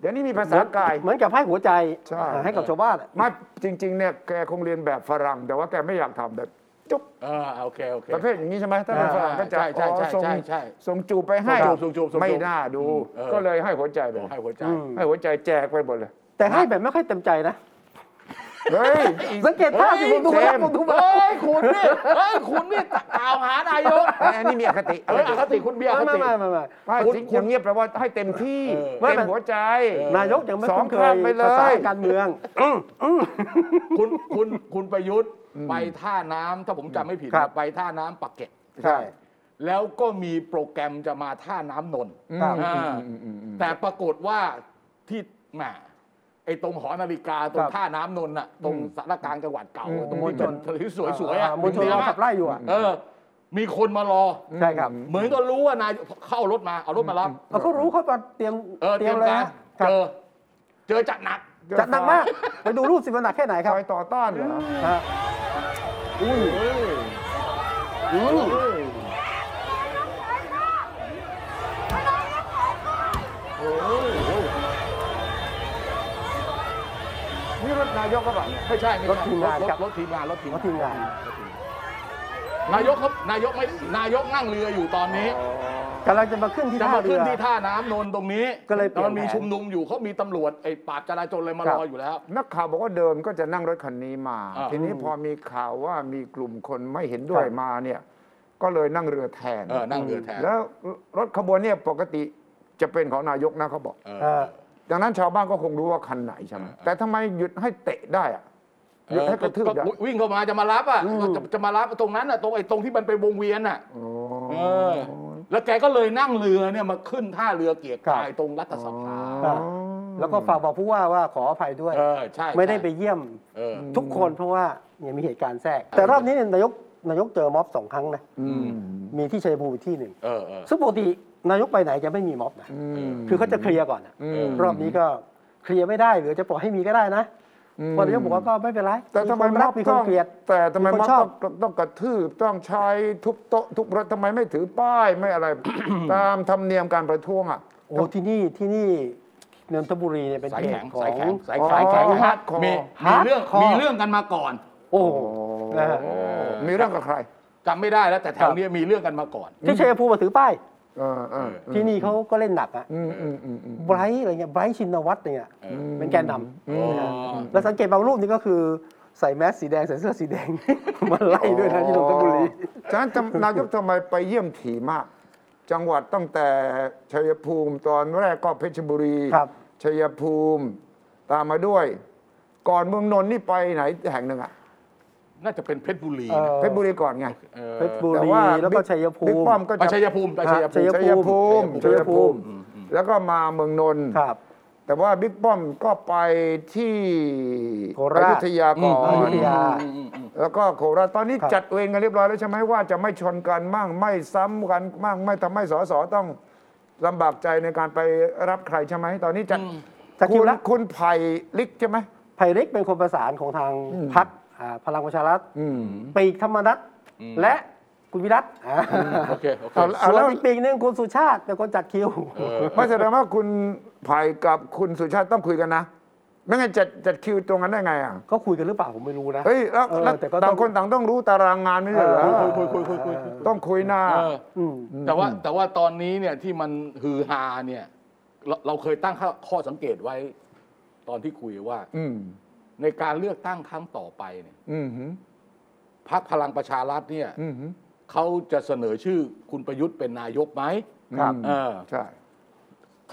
S3: เดี๋ยวนี้มีภาษากาย
S1: เหมือนกับให้หัวใจ
S3: ใช่
S1: ให้กับชาวบ้านอะ
S3: ไม่จริง ๆ เนี่ยแกคงเรียนแบบฝรั่ง แต่ว่าแกไม่อยากทำแบบจุ๊บ
S2: เออโอเคโอเค
S3: ประเภทอย่างนี้ใช่ไหมถ้าเป็นฝรั่งก็จะ
S2: ใช่ใช่ใช่
S3: อ๋อส่ง
S2: ใช่ใช่
S3: ส่งจูบไปให้
S2: ส่งจูบส่งจูบ
S3: ไม่น่าดู
S2: เออ
S3: ก็เลยให้หัวใจไป
S2: ให้หัวใจ
S1: อืม
S3: ให้หัวใจแจกไปหมดเลย
S1: แต่ให้แบบไม่ค่อยเต็มใจนะ
S3: เฮ้ย
S1: สังเกตท่าสิผมดูมาแล้วผมดูมาแล้ว
S2: เฮ้ยคุณนี่เฮ้ยคุณนี่กล่าวหานายก
S3: ไอ้อันนี้มีอคติ
S2: เอออคติคุณเบียร์อค
S1: ไม่
S2: ติ
S1: ไม่ไม่ไม่
S3: ไม่
S2: คุณ
S3: จริงอย่างเงียบแปลว่าให้เต็มที่
S2: เออ
S1: ไม่
S3: เต็ม
S1: มัน
S3: หัวใจ
S1: นายกยังไม่
S3: สอง
S1: คุ้นเค
S3: ข้าย งไปเลย
S1: ภาษาการเมือง
S2: คุณคุณคุณประยุทธ์ไปท่าน้ำถ้าผมจำไม่ผิด
S1: ครับ
S2: ไปท่าน้ำปากเกร็ด
S1: ใช่
S2: แล้วก็มีโปรแกรมจะมาท่าน้ำนนท์
S3: อืม
S1: ครับ
S2: อ่า
S3: อืมอืมอืม
S2: แต่ปรากฏว่าที่แหมไอ้ตรงหอนาฬิกาตรงท่าน้ำนนท์น่ะตรงสารกลางจังหวัดเก่าอะตรงที่เป็นทะเลสวยๆอ่ะ
S1: มวลชนเราขับไล่อยู่อ่ะ
S2: เออ มีคนมารอ
S1: ใช่ครับ
S2: เหมือนก็รู้ว่านายเข้ารถมาเอารถมารับ
S1: เอาเขารู้เขาเตรียม
S2: เออเตรียม
S1: เลย
S2: การ
S1: นะ
S2: เจอ เจอจัดหนัก
S1: จัดหนักมาก ไปดูรูปสิมันหนักแค่ไหนครับ
S3: คอยต่อต้านเหรอ
S1: ฮะอุ้ยอุ้ย
S3: นี่รถนายกก็แบบ
S2: ไม่ใช่ไม่ใช่รถรถทีมงานรถทีม
S1: มาทีมงาน
S2: นายกครับนายกไม่นายกนั่งเรืออยู่ตอนนี้
S1: กำลังจะมาขึ้นที่
S2: จะ
S1: ท่า
S2: มา
S1: เรื
S2: ขึ้น
S1: อ
S2: ที่ท่าน้ำนนท์ตรงนี้
S1: ก็เลยเปลี่ยน
S2: ตอนมี
S1: แผน
S2: ชุมนุมอยู่เขามีตำรวจไอ้ปราบจราจรเลยมารออยู่แล้ว
S3: นักข่าวบอกว่าเดิมก็จะนั่งรถคันนี้มา
S2: อ่า
S3: ทีนี้พอมีข่าวว่ามีกลุ่มคนไม่เห็นด้วย
S1: ครับ
S3: มาเนี่ย ก็เลยนั่งเรือแทน
S2: เออนั่งเรือแทน
S3: แล้วรถขบวนเนี่ยปกติจะเป็นของนายกนะเขาบอก
S2: เอ
S1: เอ
S2: อ
S1: อ
S3: ดังนั้นชาวบ้านก็คงรู้ว่าคันไหนใช่ไหม
S2: เออเออ
S3: แต่ทำไมหยุดให้เตะได้อะหยุดให้กระทืบได้
S2: ก็วิ่งเข้ามาจะมารับอ่ะจะจะมารับตรงนั้นอ่ะตรงไอ้ตรงที่มันเป็นวงเวียนอ่ะ
S3: โอ้
S2: เออ แล้วแกก็เลยนั่งเรือเนี่ยมาขึ้นท่าเรือเกียรติกายตรงรัฐสภา
S1: อ๋อ แล้วก็ฝากบอกผู้ว่าว่าขออภัยด้วย
S2: เออใช่
S1: ไม่ได้ไปเยี่ยม
S2: เออ
S1: ทุกคนเพราะว่าเนี่ยมีเหตุการณ์แทรก แต่รอบนี้เนี่ยนายกนายกเจอม็อบสองครั้งนะ
S3: อืม
S1: มีที่ชัยภูมิที่หนึ่ง
S2: เออเออ
S1: ซึ่งปกตินายกไปไหนจะไม่มีม็อบนะคือเขาจะเคลียร์ก่อนอะ
S3: อืม
S1: รอบนี้ก็เคลียร์ไม่ได้หรือจะปล่อยให้มีก็ได้นะ
S3: ม
S1: พอนายกบอกว่าก็ไม่เป็นไร
S3: แต่ทำไม
S1: คน
S3: ม็
S1: รั
S3: อก
S1: มีค
S3: ต้
S1: น
S3: อง
S1: เกลียด
S3: แต่ทำไม
S1: มีคน
S3: ม็อบ
S1: ชอบ
S3: ต้องต้องกระทืบต้องใช้ทุบโต๊ะทุบรถทำไมไม่ถือป้ายไม่อะไร ตามธรรมเนียมการประท้วงอ่ะ
S1: โอ้ที่นี่ที่นี่นนทบุรีเนี่ยเป็น
S2: สาย
S1: เข
S2: แข็
S1: ตข
S2: ง
S1: อง
S2: สายแข็งสาย
S3: อ๋อ
S2: สายแข็ง
S3: ฮาร์ดคอร์
S2: มี
S1: ฮาร์ด
S2: มีเรื่อง
S1: คอร์
S2: มีเรื่องกันมาก่อน
S1: โอ้โหนะฮะ
S3: มีเรื่องกับใคร
S2: จำไม่ได้แล้วแต่แถวเนี้ยมีเรื่องกันมาก่อน
S1: ที่ชัยภูมิมาถือป้าย
S3: เออเออ
S1: ที่นี่เขาก็เล่นหนักอะ
S3: อืมอืมอืมอืม
S1: ไบรท์อะไรเงี้ยไบรท์ชินวัตรเนี่ย เป็นแกนน
S2: อืม
S1: ำแล้วสังเกตบางรูปนี่ก็คือใส่แมสสีแดง [LAUGHS] ใส่เสื้อสีแดง มาไล่ด้วยนะที่นนทบุรี
S3: ฉะนั้นทำนายกทำไมไปเยี่ยมถี่มาก จังหวัดตั้งแต่ชัยภูมิตอนแรกก็เพชรบุรี
S1: ครับ
S3: ชัยภูมิตามมาด้วย ก่อนเมืองนนท์นี่ไปไหนแห่งหนึ่งอ่ะ
S2: น่าจะเป็นเพชรบุรี
S1: เออ
S3: เพชรบุรีก่อนไง
S2: เออ
S1: เพชรบุ
S3: แต่
S1: รี
S3: ว่า
S1: แล้วก็
S3: บิ๊
S1: ชัยภู
S3: บิ๊ก
S1: มิ
S3: ป้อมก็
S2: ไป
S3: จะ
S2: ชัยภูมิไปชัยภูมิ
S1: ชั ยภูมิ
S3: ชัย
S1: ชัยภู
S3: ภู
S1: มิ
S3: มิ แล้วก็มาเมืองนนท์
S1: ครับ
S3: แต่ว่าบิ๊กป้อมก็ไปที่
S1: โคราช
S3: อยุธยาก่อ
S1: อยุ
S3: น
S1: ธยา
S3: แล้วก็โคราชตอนนี้
S1: ครับ
S3: จัดเวรกันเรียบร้อยแล้วใช่ไหมว่าจะไม่ชนกันมั่งไม่ซ้ำกันมั่งไม่ทำให้สสต้องลำบากใจในการไปรับใครใช่ไหมตอนนี้จัด
S2: อืม
S1: จัดคิ
S3: คุ
S1: ว
S3: ณ
S1: ละ
S3: คุณไผ่ลิกใช่ไหม
S1: ไผ่เล็กเป็นคนประสานของทาง
S3: อืม
S1: พรรคอ่าพลังประชารัฐ
S3: อืม
S1: ปีกธรรมนัฐ
S2: อืม
S1: และคุณวิรัตอ่า
S2: โอเคโอเค
S3: เอาละ
S1: ส่วนอีกปีกหนึ่งคุณสุชาติเป็นคนจัดคิว
S2: เออ
S3: ไม่แสดงว่าคุณไผ่กับคุณสุชาติต้องคุยกันนะไม่งั้นจัดจัดคิวตรงนั้นได้ไงอ่ะ
S1: ก็คุยกันหรือเปล่าผมไม่รู้นะ
S3: เฮ้ยแล้ว
S1: เออ
S3: แล้ว
S1: แต่ก็ต้อง
S3: ต่างคนต่างต้องรู้ตารางงานไม่ใช่เหรอ
S1: เออ
S2: คุยคุยคุยคุยคุย
S3: ต้องคุยหน้า
S2: เออ
S1: อืม
S2: แต่ว่าแต่ว่าตอนนี้เนี่ยที่มันฮือฮาเนี่ย เราเราเคยตั้งข้อข้อสังเกตไว้ตอนที่คุยว่า
S3: อืม
S2: ในการเลือกตั้งครั้งต่อไปเนี่ย
S3: อืมหืม
S2: พรรคพลังประชารัฐเนี่ย
S3: อืมหืม
S2: เขาจะเสนอชื่อคุณประยุทธ์เป็นนายกไหม
S1: ครับ
S2: เออ
S3: ใช่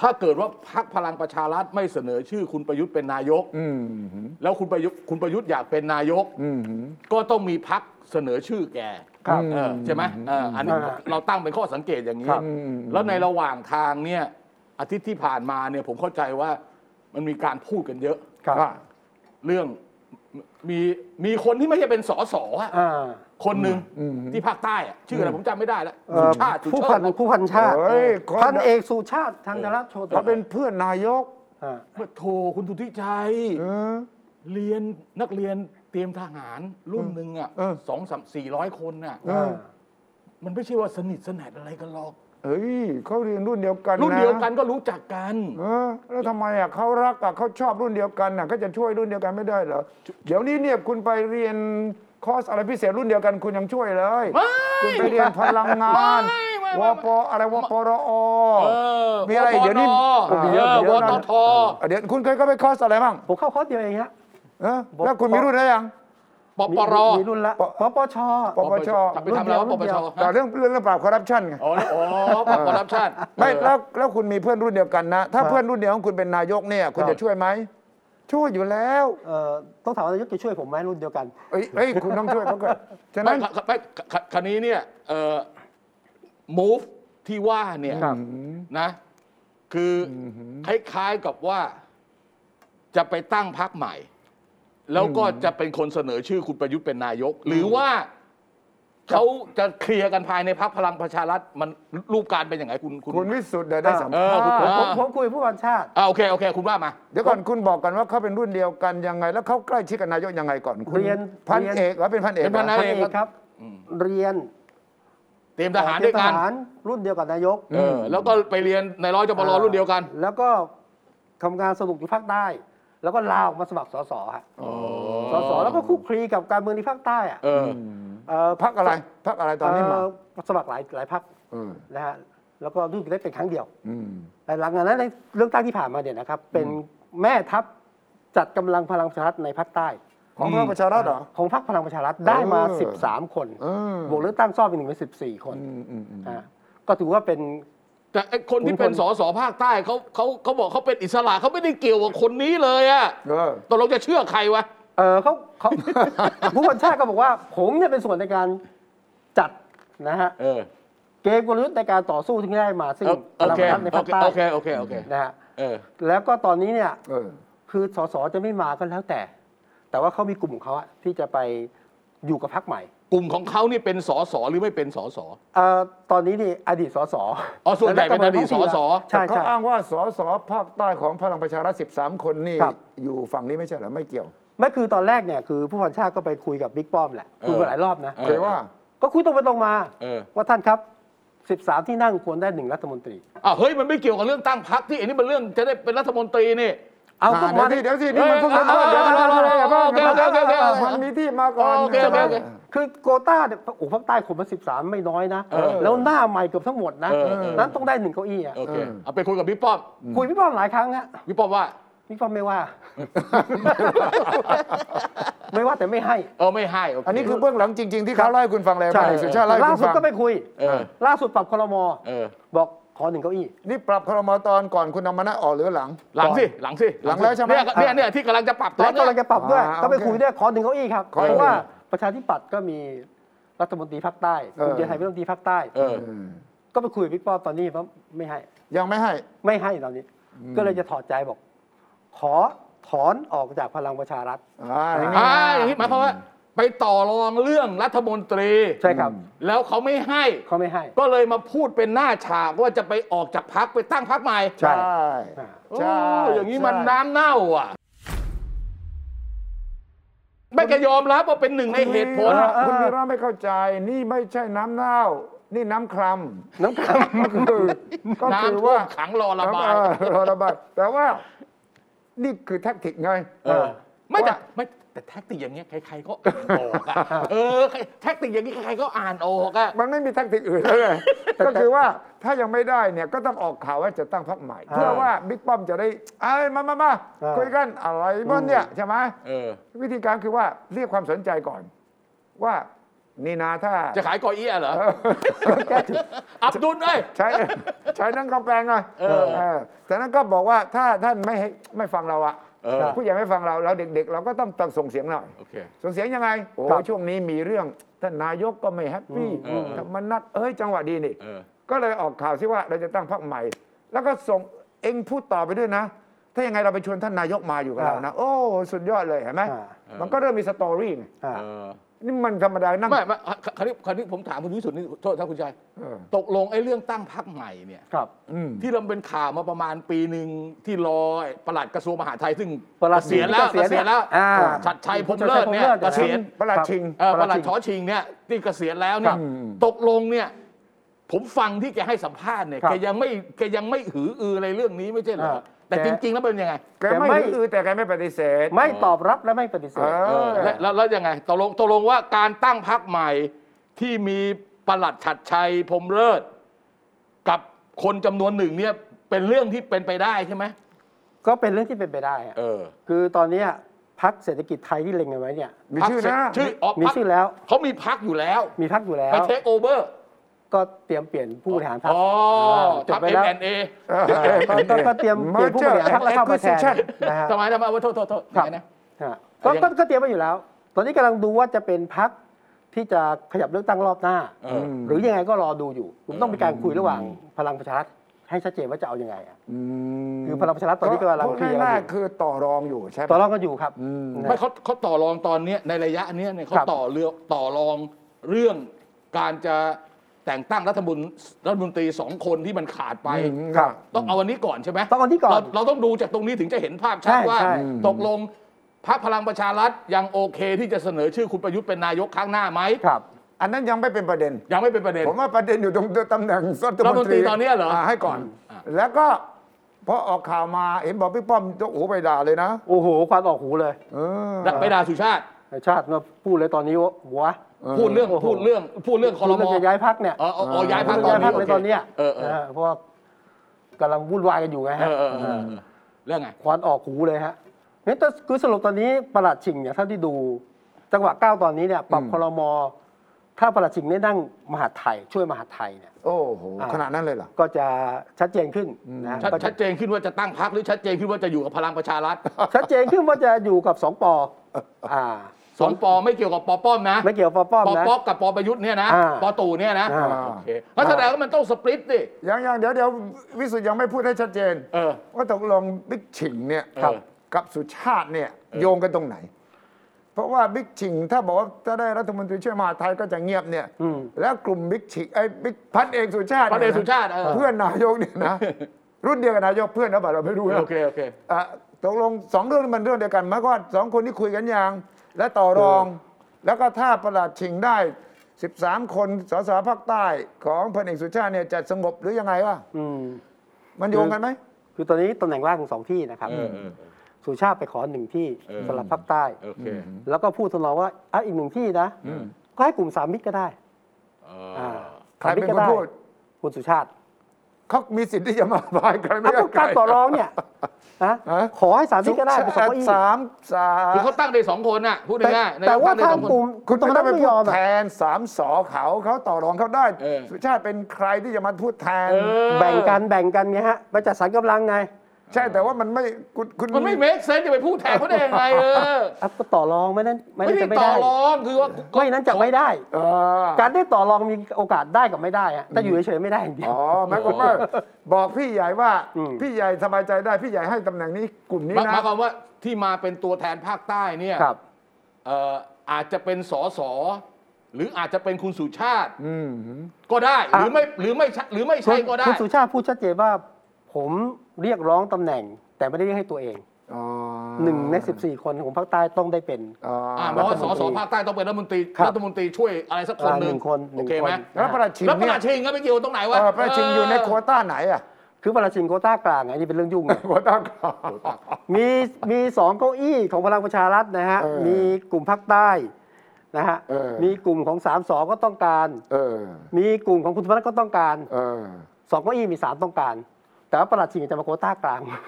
S2: ถ้าเกิดว่าพรรคพลังประชารัฐไม่เสนอชื่อคุณประยุทธ์เป็นนายก
S3: อืมหืม
S2: แล้วคุณประยุทธ์คุณประยุทธ์อยากเป็นนายก
S3: อืมหืม
S2: ก็ต้องมีพรรคเสนอชื่อแก
S1: ครับ
S2: เออใช่ไหมเอออันนี้
S1: อ่า
S2: เราตั้งเป็นข้อสังเกตอย่างนี้
S3: ครับ
S2: แล้วในระหว่างทางเนี่ยอาทิตย์ที่ผ่านมาเนี่ยผมเข้าใจว่ามันมีการพูดกันเยอะ
S1: ครับ
S3: ว่า
S2: เรื่องมีมีคนที่ไม่ใช่เป็นสอสอะ
S1: อ่า
S2: คนหนึ่งที่ภาคใต้อะชื่ออะไรผมจำไม่ได้แล้ว
S1: เอ่อ
S2: สุชาติสุ
S1: ผู้
S2: ชา
S1: พัน
S2: ติ
S1: ผู้พันชาติ
S3: เฮ้ยคน
S1: พันเอกสุชาติทางนรัตน์โชต
S3: เขาเป็นเพื่อนนายก
S1: อ่า
S2: โทคุณทุติชัย
S3: เออ
S2: เรียนนักเรียนเตรียมทหารรุ่นหนึ่งอ่ะ
S3: เออ
S2: สองสามสี่ร้อยคนน่ะ
S3: เออ
S2: มันไม่ใช่ว่าสนิทสนทอะไรกันหรอก
S3: เฮ้ยเขาเรียนรุ่นเดียวกันะ
S2: รุ่นเดียวกันก็รู้จักกัน
S3: เออแล้วทำไมอ่ะเขารักอ่ะเขาชอบรุ่นเดียวกันน่ะก็จะช่วยรุ่นเดียวกันไม่ได้เหรอเดี๋ยวนี้เนี่ยคุณไปเรียนคอร์สอะไรพิเศษรุ่นเดียวกันคุณยังช่วยเลย
S2: ไม่
S3: คุณไปเรียนพลังงาน
S2: ไม่ไม่ไม่
S3: วปอะไรวปรอ
S2: เออ
S3: มีอะไร
S2: วป
S3: เดี๋ยวนี้
S2: เอ
S3: เดี๋ยว
S2: อ
S3: เดี๋ยวว
S2: ตท
S3: อ่ะเดี๋ยวคุณเคยก็ไปคอร์สอะไรบ้าง
S1: ผมเข้าคอร์สเดียวเองฮะ
S3: เออ
S1: บอก
S3: แล้วคุณมีรุ่นอะไรยัง
S2: ปปร
S1: มีรุ่นละ
S3: ป
S1: ปปช
S3: ปปช
S2: กลับไปทำอะไรวะปปช
S3: แต่เรื่องเรื่องปราบคอร์รัปชันไง
S2: อ๋ออ๋อปรับคอร์รัปชัน
S3: ไม่
S2: เออ
S3: แล้วแล้วคุณมีเพื่อนรุ่นเดียวกันนะ ถ้า
S1: ครับ
S3: เพื่อนรุ่นเดียวของคุณเป็นนายกเนี่ย คุ
S2: ค
S3: ณ
S2: รับ
S3: จะช่วยไหม ช่วยอยู่แล้ว
S1: เอ่อต้องถามว่านายกจะช่วยผมไหมรุ่นเดียวกัน
S3: เอ้ยเอ้ยคุณต้องช่วยเขาก่อนฉะ
S2: ไม่
S3: นั้น
S2: ครับไม่คคคันนี้เนี่ยเอ่อ move ที่ว่าเนี่ย
S1: ครับ
S2: นะ คืออคล้ายๆกับว่าจะไปตั้งพักใหม่ แล้วก็จะเป็นคนเสนอชื่อคุณประยุทธ์เป็นนายก หรือว่าเขาจะเคลียร์กันภายในพักพลังประชารัฐมันรูปการเป็นอย่างไรคุณคุณ
S3: คุณวิสุทธ์เนี่ยได้สัมภา
S2: เออคุณ
S3: ษ
S1: ผม
S3: ณ์
S1: ผม
S2: อ่า
S1: ผมคุยกับผู้บัญชาติ
S2: อ่าโอเคโอเค คุณว่ามา
S3: เดี๋ยวก่อนคุณบอกกันว่าเขาเป็นรุ่นเดียวกันยังไง แล้วเขาใกล้ชิดกับนายกยังไงก่อนคุณ
S1: เรียน
S3: พัน
S1: เรียน
S3: เอกเหรอเป็นพันเอก
S2: เป็นพัน
S3: เหรอ
S1: พันเอกครับ เรียน
S2: เตรียมทหารด้วยกัน
S1: เตมทหารรุ่นเดียวกับนายก
S2: เออแล้วก็ไปเรียนในร้อยจปรรุ่นเดียวกัน
S1: แล้วก็ทำงานสนุกอยู่ภาคใต้ แล้วก็ลาออกมาสมัครสสฮะสสแล้วก็คลุกคลีกับการเมืองในภาคใต้อะ
S2: เออ
S1: เอ่อ
S3: พักอะไรพักอะไรตอนนี้มา
S1: เอ่อสมัครหลายหลายพัก
S3: เออ
S1: นะฮะแล้วก็รู้สึกได้เป็นครั้งเดียว
S3: อืม
S1: แต่หลังจากนั้นในเรื่องตั้งที่ผ่านมาเนี่ยนะครับ เป็นแม่ทัพจัดกำลังพลังประชารัฐในภาคใต้
S3: ของพลังประชารัฐเหรอ
S1: ของพรรคพลังประชารัฐได้มา
S3: เออ
S1: 13 คน
S3: เออ
S1: บวกเลือกตั้งซ่อมอีกหนึ่งเป็น14 คน
S3: อืมอืมอืม
S1: ฮะก็ถือว่าเป็น
S2: แต่ไอ้คนที่เป็น
S1: คุณพล
S2: สอสอภาคใต้เขาเขาเขาบอกเขาเป็นอิสระเขาไม่ได้เกี่ยวกับคนนี้เลยอะ
S3: เออ
S2: ตกลงจะเชื่อใครวะ
S1: เออเขาเขา [LAUGHS] ผู้บัญชาก็บอกว่า ผมเนี่ยเป็นส่วนในการจัดนะฮะ
S2: เออ
S1: เกมกลยุทธ์ในการต่อสู้ที่ได้มาซึ่ง
S2: เอา
S1: พ
S2: โอ
S1: ลัง
S2: เค
S1: ประชารัฐใน
S2: โอ
S1: ภาค
S2: เค
S1: ใต้
S2: โอเคโอเคโอเค
S1: นะฮะ
S2: เออ
S1: แล้วก็ตอนนี้เนี่ย
S3: เออ
S1: คือสสจะไม่มาก็แล้วแต่ แต่ว่าเขามีกลุ่มของเขาอะที่จะไปอยู่กับพรรคใหม่
S2: กลุ่มของเขานี่เป็นสอสอหรือไม่เป็นสอสอ
S1: เอ่อตอนนี้นี่อดีตสส
S2: อ๋อส่วนใหญ่เป็นอดีตสส
S1: ใช่
S3: เขา
S1: ใช่
S3: อ้างว่าสสภาคใต้ของพลังประชารัฐ 13 คนนี่
S1: ครับ
S3: อยู่ฝั่งนี้ไม่ใช่เหรอ ไม่เกี่ยว
S1: ไม่คือตอนแรกเนี่ยคือผู้พันชาติก็ไปคุยกับบิ๊กป้อมแหละคุยมาหลายรอบนะ
S2: เออ
S3: เคยว่า
S1: ก็คุยตรงไปตรงมา
S2: เออ
S1: ว่าท่านครับ 13 ที่นั่งควรได้หนึ่งรัฐมนตรี
S2: อ่ะเฮ้ยมันไม่เกี่ยวกับเรื่องตั้งพรรคที่อันนี้มันเรื่องจะได้เป็นรัฐมนตรีนี่
S1: เอาก็มา
S3: เดี๋ยวที่เดี๋ยวที่นี่มัน
S2: เอ้ย
S3: เพิ่งเริ่มต้น
S2: เอา
S3: เดี๋ยว
S2: เอา
S3: เดี๋ยว
S2: เอา
S3: เดี๋ยวอ
S2: โอเค
S3: ย่าเพิ่งอย่าเพิ่ง
S2: โอเคโอเคโอเค
S3: มันมีที่มาก่อน
S2: โอเคโอเคโอเค
S1: คือโกต้าเนี่ยโอ้โหภาคใต้คนมา 13 ไม่น้อยนะ
S2: เออ
S1: แล้วหน้าใหม่เกือบทั้งหมดนะ
S2: เออเออ
S1: นั้นต้องได้หนึ่งเก้าอี้อะ
S2: โอเคเอาไปคุยกับบิ๊กป้อม
S1: คุยพี่ป้อมหลายครั้งอะ
S2: บิ๊กป้อมว่า [LAUGHS]
S1: พี่ป้อมไม่ว่า ไม่ว่าแต่ไม่ให้
S2: เออไม่ให้โอเค
S3: อันนี้คือเบื้องหลังจริง ๆ ที่เขาเล่าให้คุณฟังแล้ว
S1: ใช่
S3: สุชาติเล่าให้
S1: ล่า
S3: คุณ
S1: สุด
S3: ฟัง
S1: ก็ไปคุย
S2: เออ
S1: ล่าสุดปรับครม
S2: เออ
S1: บอกขอหนึ่งเก้าอี้
S3: นี่ปรับครมตอนก่อนคุณธรรมนัฐออกหรือหลัง
S2: หลังสิหลังสิ
S3: หลังแล้วใช่ไหม
S2: เนี่ยเนี่ยเนี่ยที่กำลังจะปรับตอ
S1: และ
S2: นเนี้
S1: กำลัง
S2: ย
S1: จะปรับด้วย
S3: อ่า
S1: ก็ไป
S3: โอเค
S1: คุยด้วยขอหนึ่งเก้าอี้ครับ
S3: ขอห
S1: เพ
S3: นึ่ง
S1: ราะว่าประชาธิปัตย์ก็มีรัฐมนตรีภาคใต้
S3: เออ
S1: คุณเจไทยเป็นรัฐมนตรีภาคใต้
S2: เออ
S1: ก็ไปคุยกับพี่ป้อมตอนนี้เพราะไม่ให้
S3: ยังไม่ให้
S1: ไม่ให้ตอนนี้ ก็เลยจะถอดใจบอก ขอถอนออกจากพลังประชารัฐ
S3: อ่าอย่างนี้
S2: อ่าอย่างนี้หมายความว่าไปต่อรองเรื่องรัฐมนตรี
S1: ใช่ครับ
S2: แล้วเขาไม่ให้
S1: เขาไม่ให้
S2: ก็เลยมาพูดเป็นหน้าฉากว่าจะไปออกจากพักไปตั้งพักใหม่
S1: ใช่
S3: ใช่ใช่
S2: โอ้อย่างนี้มันน้ำเน่าอ่ะ ไม่แกยอมรับว่าเป็นหนึ่งในเหตุผล
S1: เออ
S3: คุณวีระคุณวีระไม่เข้าใจนี่ไม่ใช่น้ำเน่า นี่น้ำคลำ
S1: น้ำครัง
S3: ก็คือก็
S2: น้ำ
S3: คือ
S2: ท่ว
S3: ว่า
S2: มขังรอระบาย
S3: เออรอระบายแต่ว่า นี่คือแท็กติกไง
S2: เออ ไม่แต่
S3: ว่า
S2: ไม่ แต่แท็กติกอย่างเงี้ยใครๆก็อ่านออกอะเออใครแท็กติกอย่างนี้ใครๆก็อ่านออกอะ
S3: มันไม่มีแทคติกอื่นแล้วไง ก็คือว่าถ้ายังไม่ได้เนี่ยก็ต้องออกข่าวว่าจะตั้งพรรคใหม่
S1: อ่า
S3: เพื่อว่าบิ๊กป้อมจะได้เอ้ยมามามา
S1: อ่า
S3: คุยกันอะไรบ้างเนี่ยใช่ไหม
S2: เออ
S3: วิธีการคือว่าเรียกความสนใจก่อน ว่านี่นาถ้า
S2: จะขายกอเอี้ยเหรอ
S1: แกถึง
S2: [LAUGHS] อับดุลเอ้ย
S3: [LAUGHS] ใช้ใช้นั่งกาแฟหน่อย
S2: เออ
S3: เออแต่นั้นก็บอกว่าถ้าท่านไม่ให้ไม่ฟังเราอะ
S2: เออ
S3: ผู้ใหญ่ไม่ฟังเราเราเด็ก ๆ เราก็ต้องต้องส่งเสียงหน่อย
S2: โอเค
S3: ส่งเสียงยังไง โอ้
S1: ครับ
S3: ช่วงนี้มีเรื่องท่านนายกก็ไม่แฮปปี้
S2: อืมเออ
S3: ธรรมนัตเอ้ยจังหวะดีนี่
S2: เออ
S3: ก็เลยออกข่าวซิว่าเราจะตั้งพรรคใหม่ แล้วก็ส่งเองพูดต่อไปด้วยนะ ถ้ายังไงเราไปชวนท่านนายกมาอยู่กับเรานะ โอ้สุดยอดเลยเห็นไหม
S1: อ่า
S3: มันก็เริ่มมีสตอรี่ไง
S1: อ่า
S2: เออ
S3: นี่มันธรรมดานั่ง
S2: ไม่ไม่คราวนี้คราวนี้ผมถามคุณวิสุทธิ์นี่โทษครับคุณชาย
S3: เออ
S2: ตกลงไอ้เรื่องตั้งพักใหม่เนี่ย
S1: ครับ
S3: อืม
S2: ที่เราเป็นข่าวมาประมาณปีหนึ่งที่รอประหลัดกระทรวงมหาดไทยซึ่ง
S1: ประหลัด
S2: เกษียณแล้ว
S1: เก
S2: เก
S1: ษี
S2: ษี
S1: ย
S2: ย
S1: ณ
S2: ณ
S1: แล้
S2: แล้ว ว
S1: อ่า
S2: ชัดชัยพรหมเลิศเนี่ย
S1: ชัดชัยพรหมเลิศ
S2: เกษียณ
S3: ประหลัดชิง
S2: เอ่อประหลัดชอชิงเนี่ยที่เกษียณแล้วเนี่ย
S3: ครับ
S2: ตกลงเนี่ย ผมฟังที่แกให้สัมภาษณ์เนี่ย
S1: ครับ
S2: แกยังไม่แกยังไม่หืออืออะไรเรื่องนี้ไม่ใช่เหรอ
S1: อ่า
S2: แต่
S1: แก
S2: จริง ๆ แล้วเป็นยังไง
S3: แกไม่
S1: แต่ไม่
S3: หืออือแต่แกไม่ปฏิเสธ
S1: ไม่ตอบรับและไม่ปฏิเสธ
S3: เออ
S2: และแล้วแล้วยังไงตกลงตกลงว่าการตั้งพักใหม่ที่มีประหลัดฉัดชัยพรหมเลิศกับคนจำนวนหนึ่งเนี่ยเป็นเรื่องที่เป็นไปได้ใช่ไหม
S1: ก็เป็นเรื่องที่เป็นไปได้อะ
S2: เออ
S1: คือตอนเนี้ยพักเศรษฐกิจไทยที่เล็งกันไว้เนี่ย
S3: มีชื่อ
S2: พร
S3: นะ
S2: รคชื่ออ๋อ
S1: มี
S2: พรรค
S1: ชื่อแล้ว
S2: เขามีพักอยู่แล้ว
S1: มีพักอยู่แล้ว
S2: ไปเทคโอเวอร์
S1: ก็เตรียมเปลี่ยนผู้บริหารพัก
S2: อ๋อ
S1: จบ
S2: ทับ
S1: ไป
S2: เอ็
S1: แล้
S2: ม
S1: ว
S2: แอนเอ
S1: ก็ก็ก็เตรียมเปลี่ยนผู้บริหารพักแล้วเข้ามาแทน
S3: Merger and
S1: นะฮะ
S2: ทำไมทำไมว่าโทษโทษโทษ
S1: ครับ
S2: ทำไมนะ
S1: ฮะก็
S2: ยัง
S1: ก็ก็เตรียมไว้อยู่แล้ว ตอนนี้กำลังดูว่าจะเป็นพักที่จะขยับเลือกตั้งรอบหน้า
S2: เออ
S1: หรือยังไงก็รอดูอยู่ผมต้องมีการคุยระหว่าง
S3: อืม
S1: พลังประชารัฐให้ชัดเจนว่าจะเอายังไงอะ
S3: อืม
S1: คือพลังประชารัฐตอนนี้กำลัง
S3: พูด
S1: คุยกัน
S3: ง่า
S1: อ
S3: ย
S1: ยู่
S3: ๆคือต่อรองอยู่ใช่ไหม
S1: ต่อรองกันอยู่ครับ
S3: อืม
S1: นะ
S2: ไม่เขาเขาต่อรองตอนเนี้ยในระยะเนี้ยเนี่ยเขา
S1: ครับ
S2: ต่อเรือต่อรองเรื่องการจะแต่งตั้งรัฐมนตรีรัฐมนตรีสองคนที่มันขาดไป
S3: อืม
S1: ครับ
S2: ต้องเอาวันนี้ก่อนใช่ไหม
S1: ต้องเอาที่ก่อน
S2: เราเราต้องดูจากตรงนี้ถึงจะเห็นภาพชัด
S1: ใช่
S2: ว่า
S1: ใช่
S2: ตกลงพรรคพลังประชารัฐยังโอเคที่จะเสนอชื่อคุณประยุทธ์เป็นนายกครั้งหน้าไหม
S1: ครับ
S3: อันนั้นยังไม่เป็นประเด็น
S2: ยังไม่เป็นประเด็น
S3: ผมว่าประเด็นอยู่ตรงตำแหน่งรัฐ
S2: รัฐ
S3: ม
S2: ม
S3: น
S2: น
S3: ต
S2: ตรี
S3: รี
S2: ตอนเนี้ยเหรออ่
S3: าให้ก่อน
S2: อ่า
S3: แล้วก็พอออกข่าวมาเห็นบอกพี่ป้อมโอ้โหไปด่าเลยนะ
S1: โอ้โหควันออกหูเลย
S3: เออ
S2: ไปดาสุชาติ
S1: ชาติมาพูดเลยตอนนี้ว่าหัว
S2: พูดเรื่องพูดเรื่องพูดเรื่องคอรม
S1: เง
S2: อ
S1: จะย้ายพักเนี่ย
S2: อ๋ออ๋ออ๋อย้ายพรรค
S1: ย้ายพัก
S2: โอ
S1: เลย
S2: เค
S1: ตอนเนี้ย
S2: เออเออ
S1: นะฮะเพราะว่ากำลังวุ่นวายกันอยู่ไง
S2: เอ
S1: ฮะ
S2: อเออเออเออเรื่องไง
S1: ควันออกหูเลยฮะงั้นแต่คือสรุปตอนนี้ประหลัดชิงเนี่ยเท่าที่ดู จังหวะก้าวตอนนี้เนี่ยปรับ
S3: อืม
S1: คอรมอถ้าประหลัดชิงได้นั่งมหาดไทย ช่วยมหาดไทยเนี่ย
S3: โอ้โห
S1: อ่า
S3: ขนาดนั้นเลยเหรอ
S1: ก็จะชัดเจนขึ้นนะฮะ
S2: ชัด
S1: ก็จะ
S2: ชัดเจนขึ้นว่าจะตั้งพรรคหรือชัดเจนขึ้นว่าจะอยู่กับพลังประชารัฐ
S1: ชัดเจนขึ้นว่าจะอยู่กับสองปออ่า
S2: สองปอไม่เกี่ยวกับปอป้อมนะ
S1: ไม่เกี่ยวกับปอป้อม
S2: ปอ
S1: นะ
S2: ป้อมกับปอประยุทธ์เนี่ยนะ
S1: อ่า
S2: ปอตู่เนี่ยนะ
S1: อ่า
S2: โอเคแล้วแสดงว่ามันต้องสปริตดิ
S3: ยังยังเดี๋ยวเดี๋ยววิสุทธ์ยังไม่พูดให้ชัดเจน
S2: เออ
S3: ว่าตกลงบิ๊กฉิงเนี่ย
S2: ครับ
S3: กับสุชาติเนี่ยโยงกันตรงไหน เพราะว่าบิ๊กฉิงถ้าบอกว่าจะได้รัฐมนตรีช่วยมหาดไทยก็จะเงียบเนี่ย
S1: อืม
S3: แล้วกลุ่มบิ๊กฉิงไอ้บิ๊กพันเอกสุชาติ
S2: พระเดชสุชาติเออ
S3: เพื่อนนายกเนี่ยนะ รุ่นเดียวกับนายกเพื่อนนะบัดเราไม่รู้นะ
S2: โอเคโอเค
S3: อ่ะตกลงสองเรื่องนี้มันเรื่องเดียวกันหมายความว่าสองคนที่คุยกันอย่างและต่อรอง แล้วก็ถ้าประหลัดฉิงได้ 13 คนสสภาคใต้ของพลเอกสุชาติเนี่ยจะสงบหรือยังไงวะ
S1: อืม
S3: มันโยงกันไหม
S1: คือตอนนี้ตำแหน่งว่างสองที่นะครับ
S2: เออเออเออ
S1: สุชาติไปขอหนึ่งที่
S2: เออ
S1: สำหรับภาคใต้
S2: โอเค
S1: แล้วก็พูดทดลองว่าอ่ะอีกหนึ่งที่นะ
S3: อืม
S1: ก็ให้กลุ่มสามมิตรก็ได้
S2: เอ
S1: อ่า
S2: อ
S3: ใครเป็นคนพูด
S1: คุณสุชาติ
S3: เขามีสิทธิ์ที่จะมา [LAUGHS] บายใครไม่
S1: อ่ะ
S3: ได้
S1: ก็การต่อรองเนี่ยนะ
S3: ฮะ
S1: ขอให้สามมิตรก็ได้เป็นสองเก้าอี้
S3: สามสา
S2: คือ
S3: ม
S2: เขาตั้งได้สองคนน่ะพูด
S1: แต่
S2: ง่ายๆนย
S1: แต่
S2: ก
S1: ว่า
S2: ตั้งได้
S1: ทา
S2: ส
S1: ง
S2: อง
S1: ก
S2: คน
S1: ลุ่ม
S3: คุณ
S1: ตรง
S3: ไม่ต้
S1: นั้
S3: อน ง
S1: ไม่
S3: ไปพู
S1: ย
S3: ด
S1: อมอะ
S3: แทนสามสอเขาเขาต่อรองเขาได้
S2: เออ
S3: สุชาติเป็นใครที่จะมาพูดแทน
S2: เออ
S1: แบ่งกันแบ่งกันไงฮะไปจัดสรรกำลังไง
S3: ใช่แต่ว่ามันไม่คุณคุณ
S2: มันไม่เมคเซนจะไปพูดแทนเขาได้ยังไงเออ
S1: อ่ะก็ต่อรองไม่นั้นไม่
S2: ไม่
S1: นั้นจะ
S2: ได้
S1: ไม่
S2: ต่อ
S1: ได้
S2: รองคือว่า
S1: ไม่นั้นจะไม่ได้
S3: เออ
S1: การได้ต่อรองมีโอกาสได้กับไม่ได้อะแต่อยู่เฉยๆไม่ได้อย่างเดียว
S3: อ๋อหมายความว่าบอกพี่ใหญ่ว่า
S1: อืม
S3: พี่ใหญ่สบายใจได้พี่ใหญ่ให้ตำแหน่งนี้กลุ่มนี้
S2: หมายห
S3: นะ
S2: มายความว่าที่มาเป็นตัวแทนภาคใต้เนี่ย
S1: ครับ
S2: เอ่ออาจจะเป็นสสหรืออาจจะเป็นคุณสุชาติ
S3: อืม
S2: ก็ได้ หรือ
S1: อ่ะ
S2: ไม่หรือไม่ใช่หรือไม่
S1: คุ
S2: ใช่
S1: ณ
S2: ก็ได้
S1: คุณสุชาติพูดชัดเจนว่า ผมเรียกร้องตำแหน่ง แต่ไม่ได้เรียกให้ตัวเอง
S3: อ๋อ
S1: หนึ่งใน 14 คนของภาคใต้ต้องได้เป็น
S3: อ๋อ
S2: อ่าเพ
S3: แล้
S2: ราะ
S3: ว
S2: ว่าสสภาคใต้ต้องเป็นรัฐมนตรี
S1: ครับ
S2: รัฐมนตรีช่วยอะไรสักคน
S1: อ่า
S2: ห
S1: ห
S2: นึ่
S1: นึ่
S2: ง
S1: งคนหนึ่
S2: โอง เคไหม
S1: คน
S3: แล้วประหลัดชิง
S2: แล้วประห
S3: เนี่
S2: ลั
S3: ย
S2: ดชิงก็ไม่เกี่ยวตรงไหน
S3: เอ
S2: วะ
S3: อประหลัดชิงอยู่ในโควต้าไหนอ่ะ
S1: คือประชิงโควต้ากลางไงนี่เป็นเรื่องยุ่งนะ
S3: [LAUGHS] หัวตั้งขา
S1: มีมีสองเก้าอี้ของพลังประชารัฐนะฮะ
S3: เออ
S1: มีกลุ่มภาคใต้นะฮะ
S3: เออ
S1: มีกลุ่มของสามสอก็ต้องการ
S3: เออ
S1: มีกลุ่มของคุณธรรมนัฐก็ต้องการ
S3: เออ
S1: สองเก้าอี้มีสามต้องการ แต่ว่าประหลัดชิงจะมาโควต้ากลาง
S3: เนี่ย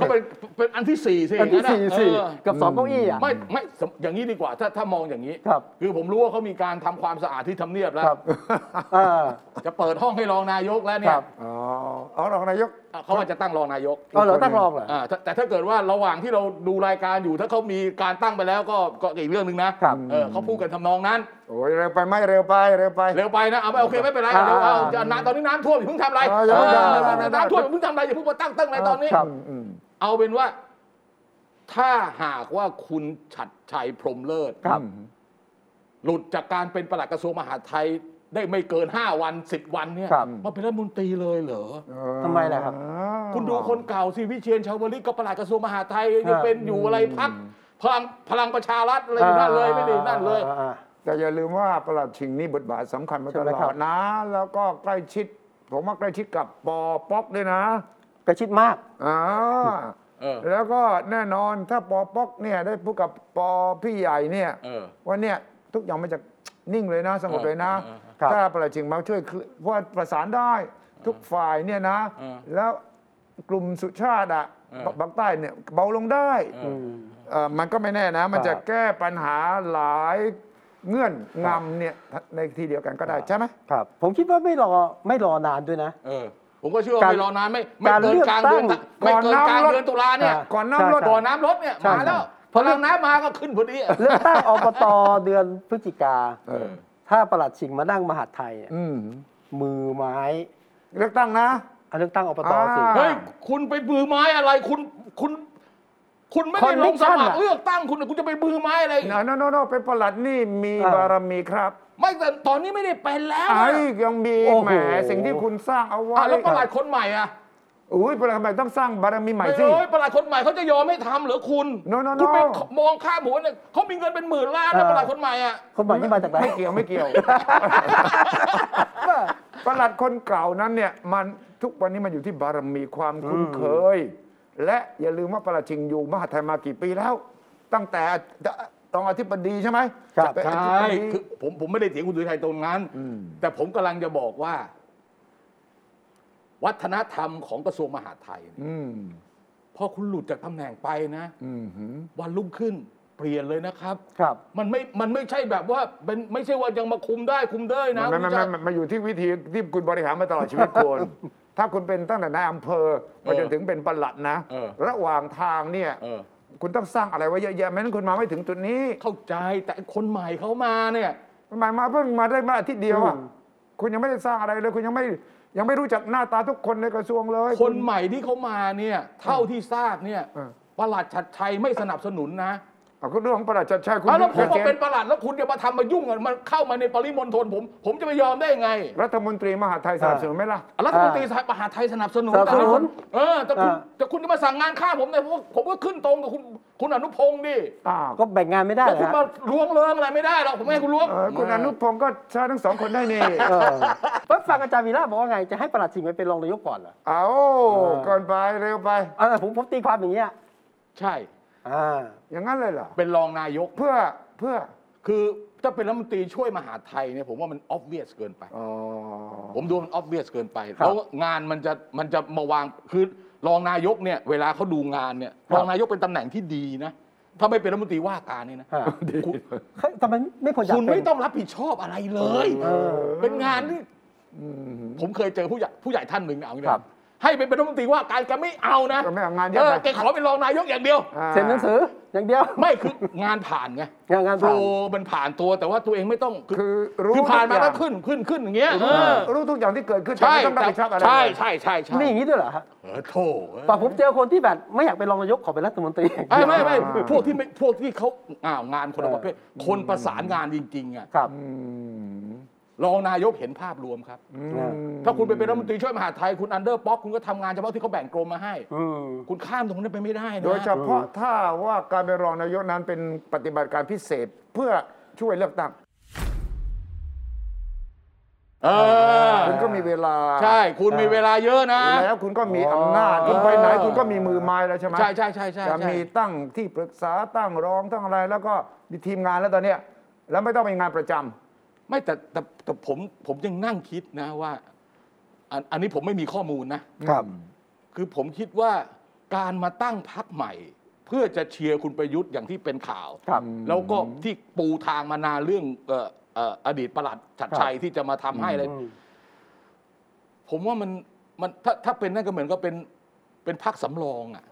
S2: ก็เป็นเป็นอันที่สี่สิ
S1: อัน [LAUGHS] ที่สี่
S2: ย่างะ
S1: สี่
S2: เออ
S1: กับสองเก้าอี้อ่ะ
S2: ไม่ไม่สมอย่างนี้ดีกว่าถ้าถ้ามองอย่างนี้
S1: ครับ
S2: อผมรู้ว่าเขามีการทำความสะอาดที่ทำเนียบแล้ว
S1: ครับเออ
S2: จะเปิดห้องให้รองนายกแล้วเนี่
S1: ค
S2: ย
S1: รับ
S3: อ๋อเอาหรอกนายก
S2: อ่ะเขาอาจจะตั้งรองนายก
S1: เอาเหรอตั้งรองเหรอ
S2: อ่าแต่แต่ถ้าเกิดว่าระหว่างที่เราดูรายการอยู่ ถ้าเขามีการตั้งไปแล้วก็ก็อีกเรื่องหนึ่งนะครับ เออเขาพูดกันทำนองนั้น
S3: โอ้ยเร็วไปไหมเร็วไปเร็วไป
S2: เร็วไปนะเอาไปโอเคไม่เป็นไร
S1: อ่า
S2: เดี๋ยวเอาจะน้ำตอนนี้น้ำท่วมอย่าเพิ่งทำอะไร
S3: อ่าอย่าเพิ่งทำ
S2: เออ
S3: ได้ได้ได้
S2: น้ำท่วมอย่าเพิ่งทำอะไรอย่าเพิ่งมาตั้งตั้งอะไรตอนนี้
S1: ครับ
S3: อืมอืม
S2: เอาเป็นว่า ถ้าหากว่าคุณฉัดชัยพรหมเลิศ
S1: ครับ
S2: หลุดจากการเป็นปลัดกระทรวงมหาดไทยได้ไม่เกิน 5 วัน 10 วันเนี่ย
S1: ครับ
S2: มาเป็นรัฐมนตรีเลยเหรอ
S1: ทำไมล่ะครับ
S2: คุณดูคนเก่าสิวิเชียนชาวลิตก็ปลัดกระทรวงมหาดไทยยังเป็นอยู่อะไรพักพลังพลังประชารัฐอะไรอยู่นั่นเลยไม่ได้อยู่นั่นเลย
S1: อ่าอ่า
S3: แต่อย่าลืมว่าประหลัดชิงนี่บทบาทสำคัญมาต
S1: ใช่ไหม
S3: ล
S1: ครั
S3: อบ ดนะ แล้วก็ใกล้ชิด ผมว่าใกล้ชิดกับปอป๊อกด้วยนะ
S1: กระชิดมาก
S3: อ่า
S2: เออ
S3: แล้วก็แน่นอนถ้าปอป๊อกเนี่ยได้พูดกับปอพี่ใหญ่เนี่ย
S2: เออ
S3: ว่าเนี่ยทุกอย่างมันจะนิ่งเลยนะสงบเลยนะ
S2: เออ
S1: ครับ
S3: ถ้าประหลัดชิงมาช่วยเคลื่อนเพราะว่าประสานได้ทุกฝ่ายเนี่ยนะ
S2: เออ
S3: แล้วกลุ่มสุชาติอะ
S2: เออ
S3: บักใต้เนี่ยเบาลงได้
S2: เออ
S1: ม
S3: เอ่อมันก็ไม่แน่นะ มันจะ
S1: ครับ
S3: แก้ปัญหาหลายเงื่อนงำเนี่ยในทีเดียวกันก็ได้ใช่ไหม
S1: ครับ ผมคิดว่าไม่รอไม่รอนานด้วยนะ
S2: เออ ผมก็เชื่อว่า
S1: การ
S2: ไม่รอนานไม่ไม่
S1: การ
S2: เกิน
S1: เลือก
S2: กลาง
S1: ตั้
S2: เดือน
S1: ง
S2: ไม่เกิน
S3: ก่อน
S2: กลาง
S3: น้ำลด
S2: เดือนตุลาเนี่ย
S1: อ่า
S3: ก่อนน้ำลด
S1: ใช่
S2: ก่อน
S1: ใช่
S2: น้ำลดเนี่ย
S1: ใช่
S2: มาแล้ว
S1: ใช่
S2: พลังน้ำมาก็ขึ้นพอดีอะ
S1: เลือกตั้งอบตเดือนพฤศจิกา
S2: เออ
S1: ถ้าประหลัดชิงมานั่งมหาดไทยเนี่ย
S3: อืม
S1: มือไม้
S3: เลือกตั้งนะ
S1: อ่ะเลือกตั้งอบตสิ
S3: อ่า
S2: เฮ้ย คุณไปบือไม้อะไรคุณคุณ คุณไม่ได้ลงส
S1: Conviction
S2: มัคร
S1: อะ
S2: เลือกตั้งคุณคุณจะไปบือไม้อะไร
S3: โนโนโนเป็นประหลัดนี่มี
S1: อ่า
S3: บารมีครับ
S2: ไม่แต่ตอนนี้ไม่ได้เป็นแล้วอะ
S3: ไอ้ยังมี
S1: โอ้โห
S3: แหมสิ่งที่คุณสร้างเอาไว้
S2: อ่ะแล้วประหลัดคนใหม่อ่ะ
S3: อุ้ยประหลัดทำไมต้องสร้างบารมีใหม่
S2: ไม่
S3: สิ
S2: เลยประหลัดคนใหม่เขาจะยอมให้ทำเหรือคุณ
S3: โน่โน่โน่
S2: คุณไปมองข้ามหัวเนี่ยเขามีเงินเป็นหมื่นล้านนะ
S1: อ่า
S2: ประหลัดคนใหม่อ่ะ
S1: คนใหม่ที่มาจากไหน
S3: ไม่เกี่ยวไม่เกี่ยว ประหลัดคนเก่านั้นเนี่ยมันทุกวันนี้มันอยู่ที่บารมีความคุ้นเคย และอย่าลืมว่าประหลัดชิงอยู่มหาไทยมากี่ปีแล้ว ตั้งแต่รองอธิบดีใช่ไหม
S1: ครับ
S3: จะเป็น
S2: ใช
S3: อธิบ่ ดี
S2: คือผมผมไม่ได้เถียงคุณดุชัยตรงนั้น
S3: ม
S2: แต่ผมกำลังจะบอกว่า วัฒนธรรมของกระทรวงมหาดไทยเนี่ย
S3: อืม
S2: พอคุณหลุดจากตำแหน่งไปนะ
S3: อืมหืม
S2: วันรุ่งขึ้นเปลี่ยนเลยนะครับ
S1: ครับ
S2: มันไม่ มันไม่ใช่แบบว่าเป็นไม่ใช่ว่ายังมาคุมได้คุมได้นะ
S3: มันมัน
S2: คุณจะ
S3: มันมันมันอยู่ที่วิธีที่คุณบริหารมาตลอดชีวิตคุณ ถ้าคุณเป็นตั้งแต่นายอำเภอมาจนถึงเป็นประหลัดนะ
S2: เออ
S3: ระหว่างทางเนี่ย
S2: เออ
S3: คุณต้องสร้างอะไรไว้เยอะแยะไม่งั้นคุณมาไม่ถึงจุดนี้
S2: เข้าใจแต่คนใหม่เขามาเนี่ย
S3: หมายมาเพิ่งมาได้มาอาทิตย์เดียวอ่ะ
S1: อืม
S3: คุณยังไม่ได้สร้างอะไรเลย คุณยังไม่ยังไม่รู้จักหน้าตาทุกคนในกระทรวงเลย
S2: คนใหม่ที่เขามาเนี่ย เท่าที่ทราบเนี่ย
S3: เออ
S2: ประหลัดชัดชัยไม่สนับสนุนนะ
S3: เอาก็เรื่องของประหลัดชัดชัยคุณ
S2: เอาแล้วผมมา
S3: ษ
S2: เป็นประหลัดแล้วคุณจะมาทำมายุ่งกันมันเข้ามาในปริมณฑลผม ผมจะไปยอมได้ยังไง
S3: รัฐมนตรีมหาดไทยสนับสนุนไหมล่ะ
S2: รัฐมนตรีมหาดไทยสนับสนุน
S1: สนับสนุน
S2: แต่เออแต่คุณ
S1: อ่า
S2: แต่คุณจะมาสั่งงานฆ่าผมเนี่ยเพราะว่าผมก็ขึ้นตรงกับคุณคุณอนุพงศ์ดิ
S3: อ้าว
S1: ก็แบ่งงานไม่ได้
S2: แล้ว
S1: เหร
S2: คุณ
S1: อ
S2: มา
S1: ฮะ
S2: ล้วงเลิงอะไรไม่ได้หรอกผมไม่ให้คุณล้วง
S3: เออคุณอนุพงศ์ก็ใช้ทั้งสองคนได้นี่
S1: เออเพิ่งฟังอาจารย์วีระบอกว่าไง จะให้ประหลัดชิงไปเป็นรองนายกก่อนเหรอ
S3: เอา
S1: อ
S3: ก่อนไปเร็วไป
S1: อ่าผมผมตีความอย่างเงี้ย
S2: ใช่
S1: อ่า
S3: อย่างนั้นเลยเหรอ
S2: เป็นรองนายก
S3: เพื่อเพื่อ
S2: คือถ้าเป็นรัฐมนตรีช่วยมหาดไทยเนี่ยผมว่ามัน obvious เกินไป
S3: อ๋อ
S2: ผมดูมัน obvious เกินไป
S1: ครับ
S2: แล้วงานมันจะมันจะมาวางคือรองนายกเนี่ยเวลาเขาดูงานเนี่ย
S1: ครับ
S2: รองนายกเป็นตำแหน่งที่ดีนะ ถ้าไม่เป็นรัฐมนตรีว่าการนี่นะ
S1: ฮะ
S2: คุณ
S1: เฮ้ยทำไมไม่ควรอยาก
S2: คุณ
S1: เป็
S2: ไม่
S1: น
S2: ต้องรับผิดชอบอะไรเลย
S1: เออ
S2: เป็นงานที่
S3: อืม
S2: ผมเคยเจอผู้ใหญ่ผู้ใหญ่ท่านหนึ่งนะเอางี้นะครับ ให้เป็นรัฐมนตรีว่าการแกไม่เอานะ
S3: แกไม่เอางานเย
S2: เอ
S3: อะไป
S2: อแกขอเป็นรองนายกอย่างเดียว
S3: อ่า
S1: เซ็นหนังสืออย่างเดียว
S2: ไม่คืองานผ่านไง
S1: งานงาน
S2: โต
S1: ผ่าน
S2: มันผ่านตัวแต่ว่าตัวเองไม่ต้องคือ
S3: คือรู้
S2: คือผ่านมาก็
S3: ทุกอย่ง
S2: ขึ้นขึ้นขึ้นอย่างเงี้ยเออ
S3: รู้ทุกอย่างที่เกิดขึ้นแต่
S2: ใช่
S3: ไม่ต้องรับผิดชอบอะไร
S2: ใช่
S3: เลย
S2: ใช่ใช่ใช่
S1: นี่อย่างนี้ด้วยเหรอฮะ
S2: เออโถ
S1: ป่ะผมเจอคนที่แบบไม่อยากเป็นรองนายกขอเป็นรัฐมนตรีอย่าง
S2: ไอ้
S1: เดียว
S2: ไม่ไม่
S3: อ่า
S2: พวกที่ไม่พวกที่เขาอ้าวงานคนละประเภทคนประสานงานจริงๆอ่ะ
S1: ครับ
S3: อืม
S2: รองนายกเห็นภาพรวมครับ
S3: อืม
S2: ถ้าคุณไปเป็นรัฐมนตรีช่วยมหาดไทยคุณอันเดอร์ป๊อกคุณก็ทำงานเฉพาะที่เขาแบ่งกรมมาให้
S1: อืม
S2: คุณข้ามตรงนั้นไปไม่ได้นะ
S3: โดยเฉพาะถ้าว่าการเป็นรองนายกนั้นเป็นปฏิบัติการพิเศษเพื่อช่วยเลือกตั้ง
S2: เออ
S3: คุณก็มีเวลา
S2: ใช่ คุณมีเวลาเยอะนะ
S3: แล้วคุณก็มีอำนาจคุณไปไหนคุณก็มีมือไม้แล้วใช่ไหม
S2: ใช่ใช่ใช่ใช่
S3: จะ
S2: ใช่
S3: มีตั้งที่ปรึกษาตั้งรองตั้งอะไร แล้วก็มีทีมงานแล้วตอนเนี้ยแล้วไม่ต้องไปงานประจำ
S2: ไม่แต่แต่แต่ผมผมยังนั่งคิดนะว่าอันอันนี้ผมไม่มีข้อมูลนะ
S1: ครับ
S2: คือผมคิดว่าการมาตั้งพักใหม่ เพื่อจะเชียร์คุณประยุทธ์อย่างที่เป็นข่าว
S1: ครับ
S2: แล้วก็ที่ปูทางมานานเรื่องเอ่อเอ่ออดีตประหลัดชัดชัยที่จะมาทำให้อะไร
S1: อืม
S2: ผมว่ามันมันถ้าถ้าเป็นนั่นก็เหมือนก็เป็นเป็นพักสำรองอ่ะ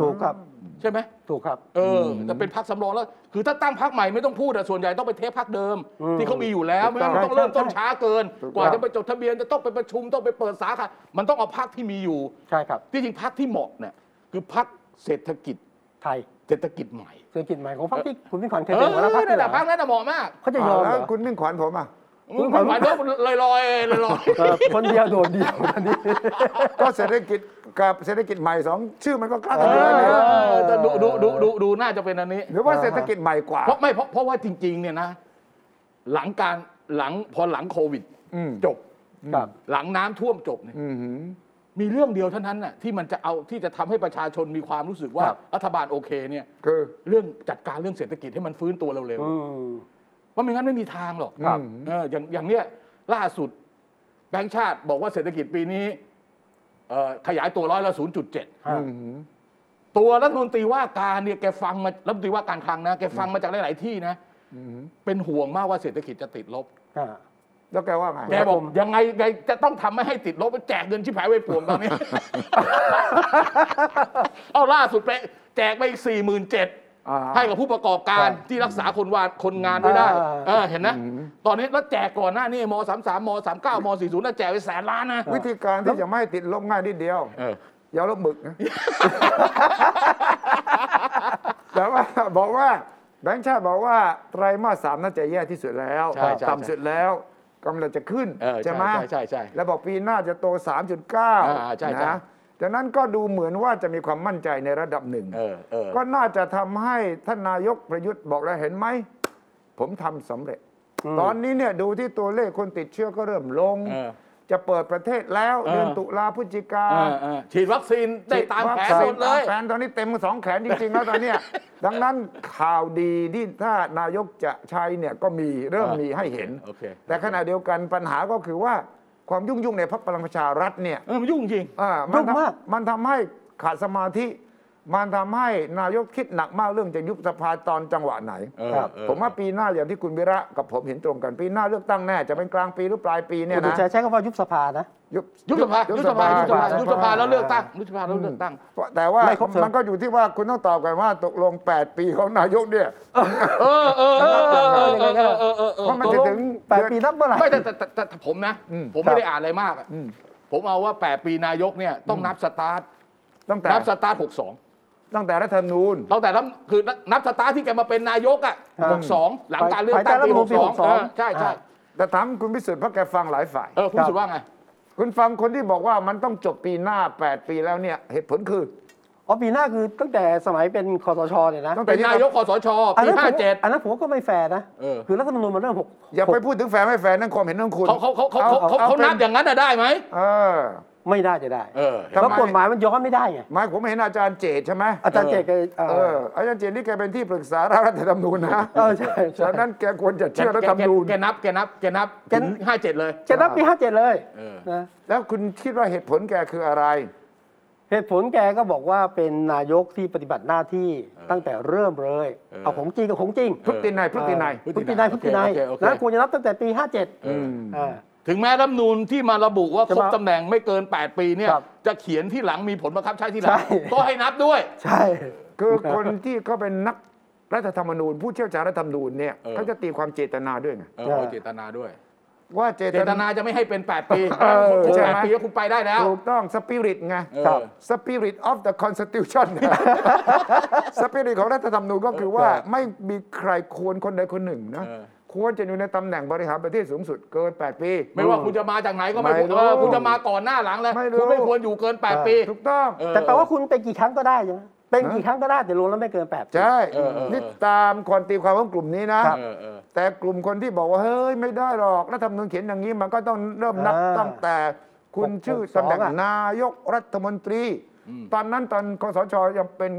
S1: ถูกครับ
S2: ใช่ไหม
S1: ถูกครับ
S2: เออแต่เป็นพักสำรองแล้ว คือถ้าตั้งพักใหม่ไม่ต้องพูดอะส่วนใหญ่ต้องไปเทปพักเดิม
S1: อืม
S2: ที่เขามีอยู่แล้วไม่งั้นมันต้องเริ่มต้นช้าเกิน กว่าจะไปจดทะเบียนจะต้องไปประชุมต้องไปเปิดสาขามันต้องเอาพักที่มีอยู่
S1: ใช่ครับ
S2: ที่จริงพักที่เหมาะเนี่ยคือพักเศรษฐกิจ
S1: ไทย
S2: เศรษฐกิจใหม่
S1: เศรษฐกิจใหม่ของพรรคที่คุณพิขวัญเค
S2: เอย อ
S1: เป็นหัวหน้าพรรค
S2: นั่นแหละ
S1: เหรอ
S2: พักนั้นน่ะเหมาะมาก
S1: เขาจะยอมเหร
S3: แล้ว
S1: อ
S3: คุณมิ่งขวัญผมอ่ะ
S1: คุ
S2: มึ
S1: ณ
S2: ง
S1: ขวัญ
S2: หมายถึงลอยลอยๆลอย
S1: เออคนเดียวโดดเดียวตอนนี้
S3: ก็เศรษฐกิจกับเศรษฐกิจใหม่สองชื่อมันก็คล้าย
S2: ๆ
S3: กันอยู่แล้ว
S2: เอ
S3: นี่
S2: อแต่ดูดูดูดูดูน่าจะเป็นอันนี้
S3: หรือว่าเศรษฐกิจใหม่กว่า
S2: เพราะไม่เพราะเพราะว่าจริงๆเนี่ยนะ หลังการหลังพอหลังโควิด
S3: อืม
S2: จบ
S1: ครับ
S2: หลังน้ำท่วมจบเนี่ย
S3: อืมหือ
S2: มีเรื่องเดียวเท่านั้นน่ะที่มันจะเอาที่จะทำให้ประชาชนมีความรู้สึกว่า
S1: ครับ
S2: รัฐบาลโอเคเนี่ย
S3: คือ
S2: เรื่องจัดการเรื่องเศรษฐกิจให้มันฟื้นตัวเร็ว
S1: อืม
S2: ๆว่าไม่งั้นไม่มีทางหรอก
S1: ครับ
S3: อืม
S2: เอออย่างอย่างเนี้ยล่าสุดแบงก์ชาติบอกว่าเศรษฐกิจปีนี้เอ่อขยายตัวร้อยละ 0.7
S1: ฮะ
S3: อืมหือ
S2: ตัวรัฐมนตรีว่าการเนี่ยแกฟังมารัฐมนตรีว่าการคลังนะแกฟังมาจากหลายๆที่นะ
S3: อืมหือ
S2: เป็นห่วงมากว่าเศรษฐกิจจะติดลบ
S1: อ่า
S3: แล้วแกว่าไง
S2: แกบอกยังไงไงจะต้องทำไม่ให้ติดลบแจกเงินชิบหายไว้ป่วงตอนนี้ [LAUGHS] เอาล่าสุดไปแจกไปอีกสี่หมื่นเจ็ด
S3: อ่า
S2: ให้กับผู้ประกอบการที่รักษาคนวานคนงานไว้ได้
S1: อ่า
S2: เออเห็นนะ ตอนนี้แล้วแจกก่อนหน้านี้มสามสามมสามเก้ามสี่ศูนย์แจกไปแสนล้านนะ
S3: วิธีการที่จะไม่ให้ติดลบง่ายนิดเดียว
S2: เออ
S3: อย่าลบหมึก [LAUGHS] นะ แต่ว่าบอกว่าแบงค์ชาติบอกว่าไตรมาสสามน่าจะแย่ที่สุดแล้ว
S2: ใช่ใช่
S3: ต่ำสุดแล้วกำลังจะขึ้น
S2: เออใช่
S3: ใช่ไหม
S2: ใช่ใช่ใช่
S3: แล้วบอกปีหน้าจะโต
S2: อ่าใช่
S3: 3.9
S2: ใช่
S3: นะดังนั้นก็ดูเหมือนว่าจะมีความมั่นใจในระดับหนึ่ง
S2: เออเออ
S3: ก็น่าจะทำให้ท่านนายกประยุทธ์บอกแล้วเห็นไหม ผมทำสำเร็จ
S1: อืม
S3: ตอนนี้เนี่ยดูที่ตัวเลขคนติดเชื้อก็เริ่มลง
S2: เออ
S3: จะเปิดประเทศแล้วเดือน
S2: เออ
S3: ตุลาพฤศจิกา
S2: เออเออฉีดวัคซีนได้ตามแผน
S3: ฉี
S2: หม
S3: ดวัคซีน
S2: ดเลย
S3: ตามแผนตอนนี้เต็มสองแขนจริงๆ แล้วตอนเนี้ย
S2: [LAUGHS]
S3: ดังนั้นข่าวดีที่ถ้านายกจะใช้เนี่ยก็มีเริ่ม
S2: อ่ามี
S3: มีให้เห็น
S2: โอเค
S3: แต่ขณะเดียวกันปัญหาก็คือว่าความยุ่งยุ่งๆในพรรคพลังประชารัฐเนี่ย
S2: เออมันยุ่งจริง
S3: อ่ามัน
S1: ยุ่งมาก
S3: ทำมันทำให้ขาดสมาธิ มันทำให้นายกคิดหนักมากเรื่องจะยุบสภาตอนจังหวะไหน
S2: เออ
S3: ครับ
S2: เออ
S3: ผมว่าปีหน้าอย่างที่คุณวิระกับผมเห็นตรงกันปีหน้าเลือกตั้งแน่จะเป็นกลางปีหรือปลายปีเนี่ย
S1: คุณสุ
S3: นะ
S1: ชัยใช้คำว่ายุบสภานะ
S3: ยุบ
S2: ยุบสภายุบสภายุบสภายุบสภาแล้วเลือกตั้งยุบสภาแล้วเลือกตั้ง
S3: แต่ว่า
S1: ไม่ครบเทอม
S3: มันก็อยู่ที่ว่าคุณต้องตอบกันว่าตกลง 8 ปีของนายกเนี่ย
S2: เออเออเออเออเออเออเออเออเออเออ
S3: เพราะมันจะถึง
S1: แปดปีนับเมื่อไหร่
S2: ไม่แต่แต่แต่แต่แต่ผมนะ
S3: อืม
S2: ผม
S1: ครั
S2: ไม่
S1: บ
S2: ได้อ่านอะไรมากอะผมเอาว่า 8 ปีนายกเนี่ยต้องนับสตาร์ท
S3: ตั้งแต่
S2: นับสตาร์ท 62
S3: ตั้งแต่รัฐธรรมนูญ
S2: ตั้งแต่นับคือนับสตาร์ทที่แกมาเป็นนายกอ่ะ62 หลังการเลือกตั้
S1: ภา
S2: ง
S1: ยใต้รัฐธรรมนูญ
S2: ปี
S1: ปี
S2: 62
S1: 62
S2: เออใช่ใช่
S1: อ่า
S3: แต่ถามคุณพิสุทธิ์เพราะแกฟังหลายฝ่าย
S2: เออคุณสุว่าไง
S3: คุณฟังคนที่บอกว่ามันต้องจบปีหน้า 8 ปีแล้วเนี่ยเหตุผลคือ
S1: อ๋อปีหน้าคือตั้งแต่สมัยเป็นคอสชเนี่ยนะ
S3: ตั้งแต่
S2: เป็นนายกคอสช
S1: อัน
S2: ปี
S1: นั้นผม
S2: 57
S1: อันนั้นผมว่าก็ไม่แฟร์นะ
S2: เออ
S1: คือรัฐธรรมนูญมันเริ่มหก
S3: อย่า
S1: ห
S3: ไป
S1: ก
S3: พูดถึงแฟนไม่แฟนนั่นความเห็นของคุณ
S2: เขาเขาเขาเขาเขาเขานับอย่างนั้นอะได้ไหม
S3: เออ
S1: ไม่ได้จะได้
S2: เออ
S3: ทำไม
S1: แล้วกฎหมายมันย้อนไม่ได้ไง
S3: หมายผมเห็นอาจารย์เจตใช่ไหม
S1: อาจารย์เจตแกเอ
S3: เอ
S1: อ
S3: ออาจารย์เจตนี่แกเป็นที่ปรึกษาร่างรัฐธรรมนูญนะ
S1: เออใช่ใช่
S3: ฉะนั้นแกควรจะ
S2: แก
S3: เชื่อรัฐ
S2: แก
S3: ธรรม
S2: แก
S3: นูญ
S2: แกนับแกนับแกนับ
S1: แก
S2: ถึง57 เลย
S1: จะนับปีห้าเจ็ดเลย
S2: เออ
S1: นะ
S3: แล้วคุณคิดว่าเหตุผลแกคืออะไร
S1: เหตุผลแกก็บอกว่าเป็นนายกที่ปฏิบัติหน้าที่ตั้งแต่เริ่มเลย
S2: เออ
S1: เอาของจริงกับของจริง
S3: พฤตินัยพฤตินัย
S1: พฤตินายพฤตินาย
S2: โอเคโอเค
S1: นะควรจะนับตั้งแต่ปี 57
S2: เอออ
S1: อ่า
S2: ถึงแม้รัฐธรรมนูญที่มาระบุว่า
S1: จะ
S2: ครบ
S1: มา
S2: ตำแหน่งไม่เกิน 8 ปีเนี่ย
S1: ครับ
S2: จะเขียนที่หลังมีผลบังคับใช้ที่หลัง
S1: ใช่
S2: ก็ให้นับด้วย
S1: ใช่
S3: คือคนที่เขาเป็นนักรัฐธรรมนูญ ผู้เชี่ยวชาญรัฐธรรมนูญเนี่ย
S2: เออ
S3: เขาจะตีความเจตนาด้วยไง
S2: เออเอาเจตนาด้วย
S3: ว่าเจ
S2: เจ
S3: ต
S2: ต
S3: นา
S2: นาจะไม่ให้เป็น 8 ปี
S3: เออ
S2: ครบ
S3: ใช่ไหม
S2: แปดปีแล้วคุณไปได้แล้ว
S3: ถูกต้องสปิริตไง
S2: เออ
S3: สปิริต of the constitution สปิริตของรัฐธรรมนูญก็คือว่าไม่มีใครควรคนใดคนหนึ่งนะ
S2: เออ
S3: ควรจะอยู่ในตำแหน่งบริหารประเทศสูงสุดเกิน 8 ปี
S2: ไม่ว่าคุณจะมาจากไหนก็ไม่
S3: ไม่รู้
S2: เออคุณจะมาก่อนหน้าหลังเลย
S3: ไม่รู้
S2: คุณไม่ควรอยู่เกิน 8 ปี
S3: ถูกต้อง
S2: เออ
S1: แต่แปลว่าคุณไปกี่ครั้งก็ได้ใช่ไหม เป็นกี่ครั้งก็ได้แต่รวมแล้วไม่เกินแปดปี
S3: ใช่
S2: เออเออ
S3: นี่ตามความตีความของกลุ่มนี้นะ
S2: เออเออ
S3: แต่กลุ่มคนที่บอกว่า เฮ้ย ไม่ได้หรอกรัฐธรรมนูญเขียนอย่างนี้มันก็ต้องเริ่มนับ
S1: อ่า
S3: ตั้งแต่คุณชื่อ
S1: หกหกสอง
S3: ตำแหน่ง
S1: อะ
S3: นายกรัฐมนตรี
S2: อืม
S3: ตอนนั้นตอนคสชยังเป็น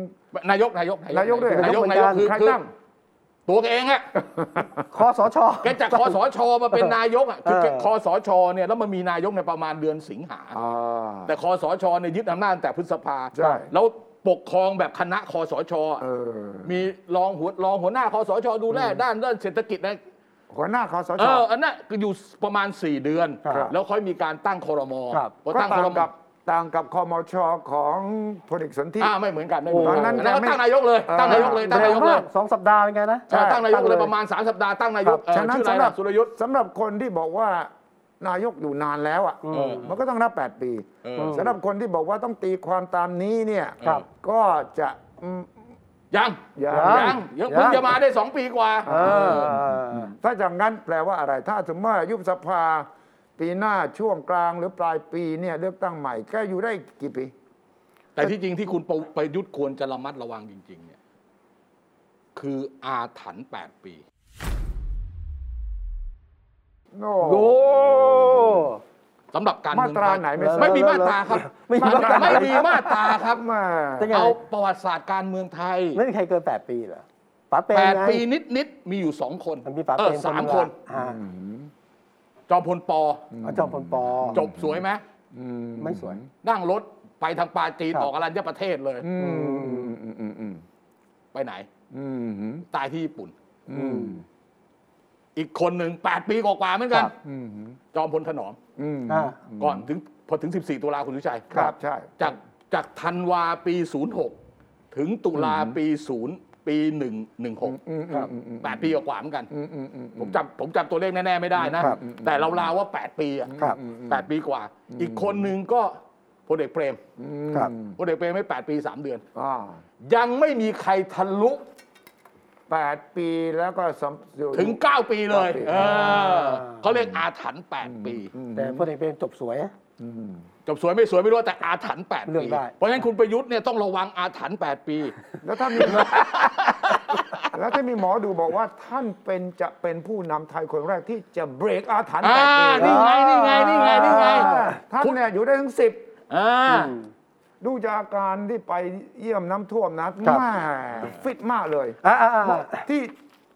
S2: นายกนายก
S3: นายกด้วย
S2: นายก
S1: นายก
S2: นายก
S1: เหมือนกัน
S2: คือ
S3: ใคร
S2: คือ
S3: ตั้ง
S2: ตัวแกเองอะ
S1: คอสช
S2: แกจากคอสชมาเป็นนายกอะคือ
S1: เออ
S2: แกคอสชเนี่ยแล้วมันมีนายกในยประมาณเดือนสิงหา
S3: อ่า
S2: แต่คอสชเนี่ยยึดอำนาจตั้งแต่พฤษภา
S3: ใช่
S2: แล้วปกครองแบบคณะคอสชอะ
S3: เออ
S2: มีรองหัวรองหัวหน้าคอสชดูแลด้านด้านเศรษฐกิจนะ
S3: หัวหน้าคอส
S2: เอ
S3: ช
S2: ออันนั้นคืออยู่ประมาณ 4 เดือน
S1: ครับ
S2: แล้วค่อยมีการตั้งคอรมอ
S1: ครับ
S2: พอ
S3: ก็
S2: ตั้งคอ
S3: ต่า
S2: ง รมอ
S3: กับต่างกับคอมชของพลเอกสนธิ
S2: อ่าไม่เหมือนกันไม่เหมือน
S3: ตอน
S2: กั
S3: นั้
S2: น นแล้วก็
S3: ไม่
S2: ตั้งนายกเลย
S3: เออ
S2: ตั้งนายกเลยตั้ง
S1: เร็
S2: นายว กเล
S1: มาย กสองสัปดาห์เป็นไงนะ
S2: เออตั้งนายก
S1: ตั้ง
S2: เล
S1: เลย ย
S2: ประมาณ 3 สัปดาห์ตั้งนาย
S1: ครับ
S2: กเอ่อ
S3: ฉะนั้น
S2: ชื่ออะไร
S3: สำหรั
S2: นะ
S3: บ
S2: สุรยุทธ์
S3: สำหรับคนที่บอกว่านายกอยู่นานแล้วอ่ะ
S1: อืม
S3: มันก็ต้องนับ 8 ปี
S2: เออ
S3: สำหรับคนที่บอกว่าต้องตีความตามนี้เนี่ย
S1: ครับ
S3: ก็จะอืม
S2: ยัง
S3: ยัง
S2: ยัง
S1: ยัง
S2: เพิ่งจะมาได้ 2 ปีกว่า
S1: เออเออเออ
S3: ถ้าอย่างนั้นแปลว่าอะไร ถ้าสมมติว่ายุบสภาปีหน้าช่วงกลางหรือปลายปีเนี่ยเลือกตั้งใหม่ก็อยู่ได้กี่ปี
S2: แต่ที่จริงที่คุณประยุทธ์ควรจะระมัดระวังจริง ๆ เนี่ยคืออาถรรพ์8ปี
S3: โอ้
S1: โอ้
S2: สำหรับการ
S3: มา
S2: เมือง
S3: ตรา
S2: ไทย
S3: ไหนไม่
S1: เออ
S3: ทรา
S2: ไม่
S3: บ
S2: มีมาตราครับ
S1: ไม่มีมาตรา
S2: ไม่มีมาตราครับ
S3: แม่
S1: เป็นไง
S2: เอาประวัติศาสตร์การเมืองไทย
S1: ไม่มีใครเกินแปดปีเหรอป๋าเปรม
S2: แปด
S1: ไง
S2: ปีนิดนิดๆมีอยู่สองคน
S1: มันมีป๋า
S2: เอ
S1: เปร
S2: อ
S1: ม
S2: สาม
S1: หง
S2: คน
S1: อ่า
S2: จอมพลปอ
S1: เอาจอมพลปอ
S2: อจบสวยไหม
S1: ไม่สวย
S2: นั่งรถไปทางปาจีน
S1: ครับ
S2: ออกอรัญญประเทศเลย
S3: อืมอืมอืมอืม
S2: ไปไหน
S3: อืมอืม
S2: ตายที่ญี่ปุ่น
S3: อืม
S2: อีกคนหนึ่ง 8 ปีกว่าๆเหมือนกัน
S1: ครับ
S3: อืมอืม
S2: จอมพลถนอม
S3: อืม
S1: อ่า
S2: ก่อนถึงพอถึง 14 ตุลาคุณสุชัย
S3: ครับใช่
S2: จากจากธันวาปี 06 ถึงตุลาปี 0 ปี 116
S3: อืม
S1: ครับ
S3: อืมอืม
S2: 8 ปีกว่าๆเหมือนกัน
S3: อืมอืมอืม
S2: ผมจำผมจำตัวเลขแน่ ๆ ไม่ได้นะ
S3: ครับ
S2: แต่เราราวๆว่า 8 ปีอะ
S3: ครับ
S2: แปดปีกว่า อีกคนหนึ่งก็พลเอกเปรม
S3: อืม
S1: ครับ
S2: พลเอกเปรมไม่ 8 ปี 3 เดือน
S3: อ่า
S2: ยังไม่มีใครทะลุ
S3: แปดปีแล้วก็สำอยู่
S2: ถึง 9 ปีเลย
S3: เก้าปี
S2: เออเขาเรียกอาถรรพ์8ปี
S1: แต่พลเอกเปรมจบสวย
S3: อืม
S2: จบสวยไม่สวยไม่รู้แต่อาถรรพ์8
S1: เลือ
S2: ปี
S1: กได้
S2: เพราะฉะนั้นคุณประยุทธ์เนี่ยต้องระวังอาถรรพ์8ปี
S3: แล้วถ้ามี แล้วถ้ามีหมอดูบอกว่าท่านเป็นจะเป็นผู้นำไทยคนแรกที่จะเบรกอาถรรพ์
S2: อ่า
S3: แปดปี
S2: นี่ไง นี่ไง นี่ไง นี่ไง
S3: อ่าท่านเนี่ยอยู่ได้ถึงสิบ
S2: อ่า
S3: ดูจากอาการที่ไปเยี่ยมน้ำท่วมนะครับ แม่ฟิตมากเลย
S1: อ่าอ่าอ่า
S3: ที่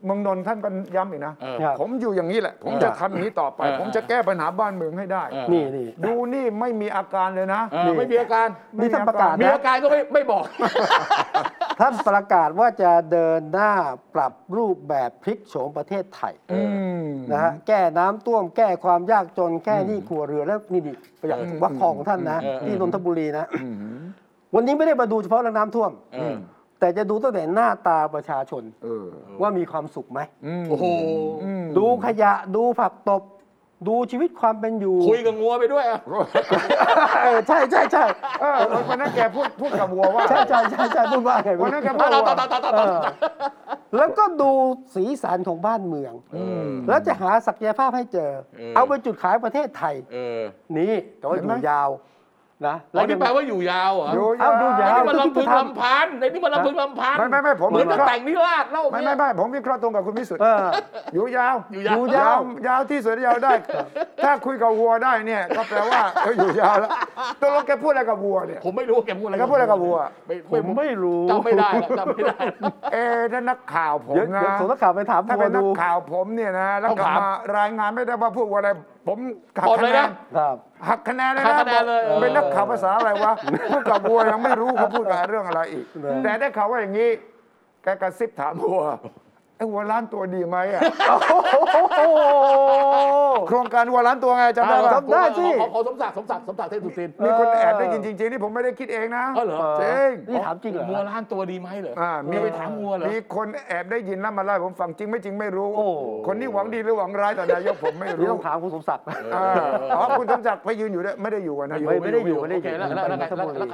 S3: เมืองนนท์ท่านก็ย้ำอีกนะ
S2: เออ
S1: ครับ
S3: ผมอยู่อย่างนี้แหละ ผมจะทำอย่างนี้ต่อไป
S2: เออ
S3: ผมจะแก้ปัญหาบ้านเมืองให้ได้
S2: เออ
S1: นี่นี่
S3: ดูนี่ไม่มีอาการเลยนะ
S2: เออไม่มีอาการ
S3: ไม่
S1: นี่
S3: มี
S1: ท่านประกาศ
S2: มี
S1: นะ
S2: อาการก็ไม่ไม่บอก
S1: ท่านประกาศว่าจะเดินหน้าปรับรูปแบบพลิกโฉมประเทศไทย
S3: อืม
S1: นะฮะแก้น้ำต้วมแก้ความยากจนแก้หนี้ครัวเรือนแล้วนี่นี่ประหยัดวักคองของท่านนะ
S2: เออเออ
S1: ที่นนทบุรีนะ วันนี้ไม่ได้มาดูเฉพาะเรื่องน้ำท่วม
S2: เออ
S1: แต่จะดูตั้งแต่หน้าตาประชาชน
S3: เออ
S1: ว่ามีความสุขไหม
S3: ม
S2: โอ้โห
S3: ม
S1: ดูขยะดูผักตบ ดูชีวิตความเป็นอยู่
S2: คุยกับงัวไปด้วยอะ
S1: [LAUGHS] เออใช่ใช่ใช่
S3: เออวันนั้นแกพูดพูดกับวัวว่า
S1: ใช่ใช่ใช่ใช่พูดว่าไง
S3: วันนั้นแกพูด
S2: ต่อ
S3: ว่า
S2: ต่อต่อต่อต่
S1: เอ
S2: อต่
S1: อ
S2: อ
S1: แล้วก็ดูสีสันของบ้านเมือง
S2: เออ
S1: แล้วจะหาศักยภาพให้เจอ
S2: เออ
S1: เอาไปนจุดขายประเทศไทย
S2: เออ
S1: นี่แต่ว่า
S3: เห็
S1: อน
S3: ไหม
S1: ยู่ยาวนะ
S2: อ๋อนี่
S1: ง
S2: แปลว่าอยู่ยาวเหรอ
S3: อยู่
S1: เอาดูยา
S2: อัน
S1: เอ ว
S2: นี้มัน
S1: ที่
S2: ลำพึง
S1: ทำ
S2: ลำพันในนี้มันลำพึงลำพัน
S3: ไม่ไม่ไม่ผม
S2: เหมือนกับ
S3: วิคราะ
S2: แต่งนิราศเล่า
S3: ห์ไม่
S2: เนี่
S3: ไม่
S2: ย
S3: ไม่ผมวิเคราะห์ตรงกับคุณพิสุทธิ์
S1: เออ
S3: อยู่ยาว
S2: อยู่ยาว
S3: ยาวยาวที่สุดยาวได้ ถ้าคุยกับวัวได้เนี่ย ก็แปลว่าเอออยู่ยาวแล้วตกลงแกพูดอะไรกับวัวเนี่ย
S2: ผมไม่รู้แกพูดอะไร
S3: แกพูดอะไรกับวัว
S2: ไม่
S1: ผ
S2: ไม่
S1: มไม่รู้
S2: จำไม่ได้แล้วจำไม่ได้แล้ว
S3: เอ๊ะถ้านักข่าวผม
S1: เดี๋ยว
S3: นะ
S1: เดี๋ยวส่งนักข่าวไปถาม
S3: ถ้า
S1: วั
S3: เป็
S1: วน
S3: นั
S1: ดู
S3: กข่าวผมเนี่ยนะแล้วกลั
S2: ต้อง
S3: บ
S2: ถาม
S3: มารายงานไม่ได้ว่าพูดอะไร ผมหัก
S2: บอก
S3: คะ
S2: เลย
S3: แน
S2: นะ
S3: น
S1: ครับ
S3: หักคะแนนเลย
S2: หั
S3: นะ
S2: กคะแนนเลย
S3: บอกเป็น
S2: เออ
S3: นักข่าวภาษาอะไรวะพูดกับวัวยังไม่รู้เขาพูดกับเรื่องอะไรอีก
S1: เออ
S3: แต่ได้ข่าวว่าอย่างนี้แกกระซิบถามวัวไอ้วัวล้านตัวดีไหมอะ โครงการวัวล้านตัวไงจำได้ปะ
S1: จำได้สิ
S2: ขอขอสมศักดิ์สมศักดิ์สมศักดิ์เทพสุทิน
S3: มีคนแอบได้ยินจริงๆนี่ผมไม่ได้คิดเองนะ
S2: ก็เหรอ
S3: จริง
S1: นี่ถามจริงเหรอ
S2: งัวล้านตัวดีไหมเหรอ
S3: อ่ามี
S2: มีไปถามงัวเหรอ
S3: มีคนแอบได้ยินแล้วมาเล่าให้ผมฟังจริงไม่จริงไม่รู้
S1: โอ้
S3: คนนี้หวังดีหรือหวังร้ายต่อนายกผมไม่
S1: นี่
S3: รู้
S1: ต้องถามคุณสมศักดิ์นะ
S3: อ่าอ๋อคุณสมศักดิ์ไปยืนอยู่ด้วยไม่ได้อยู่กันนะ
S1: ไม่ไม่ได้อยู่ไม่ได้อยู่
S2: โเคแล้วแล้วแล้วแล้วแล้วแล้วแล้ว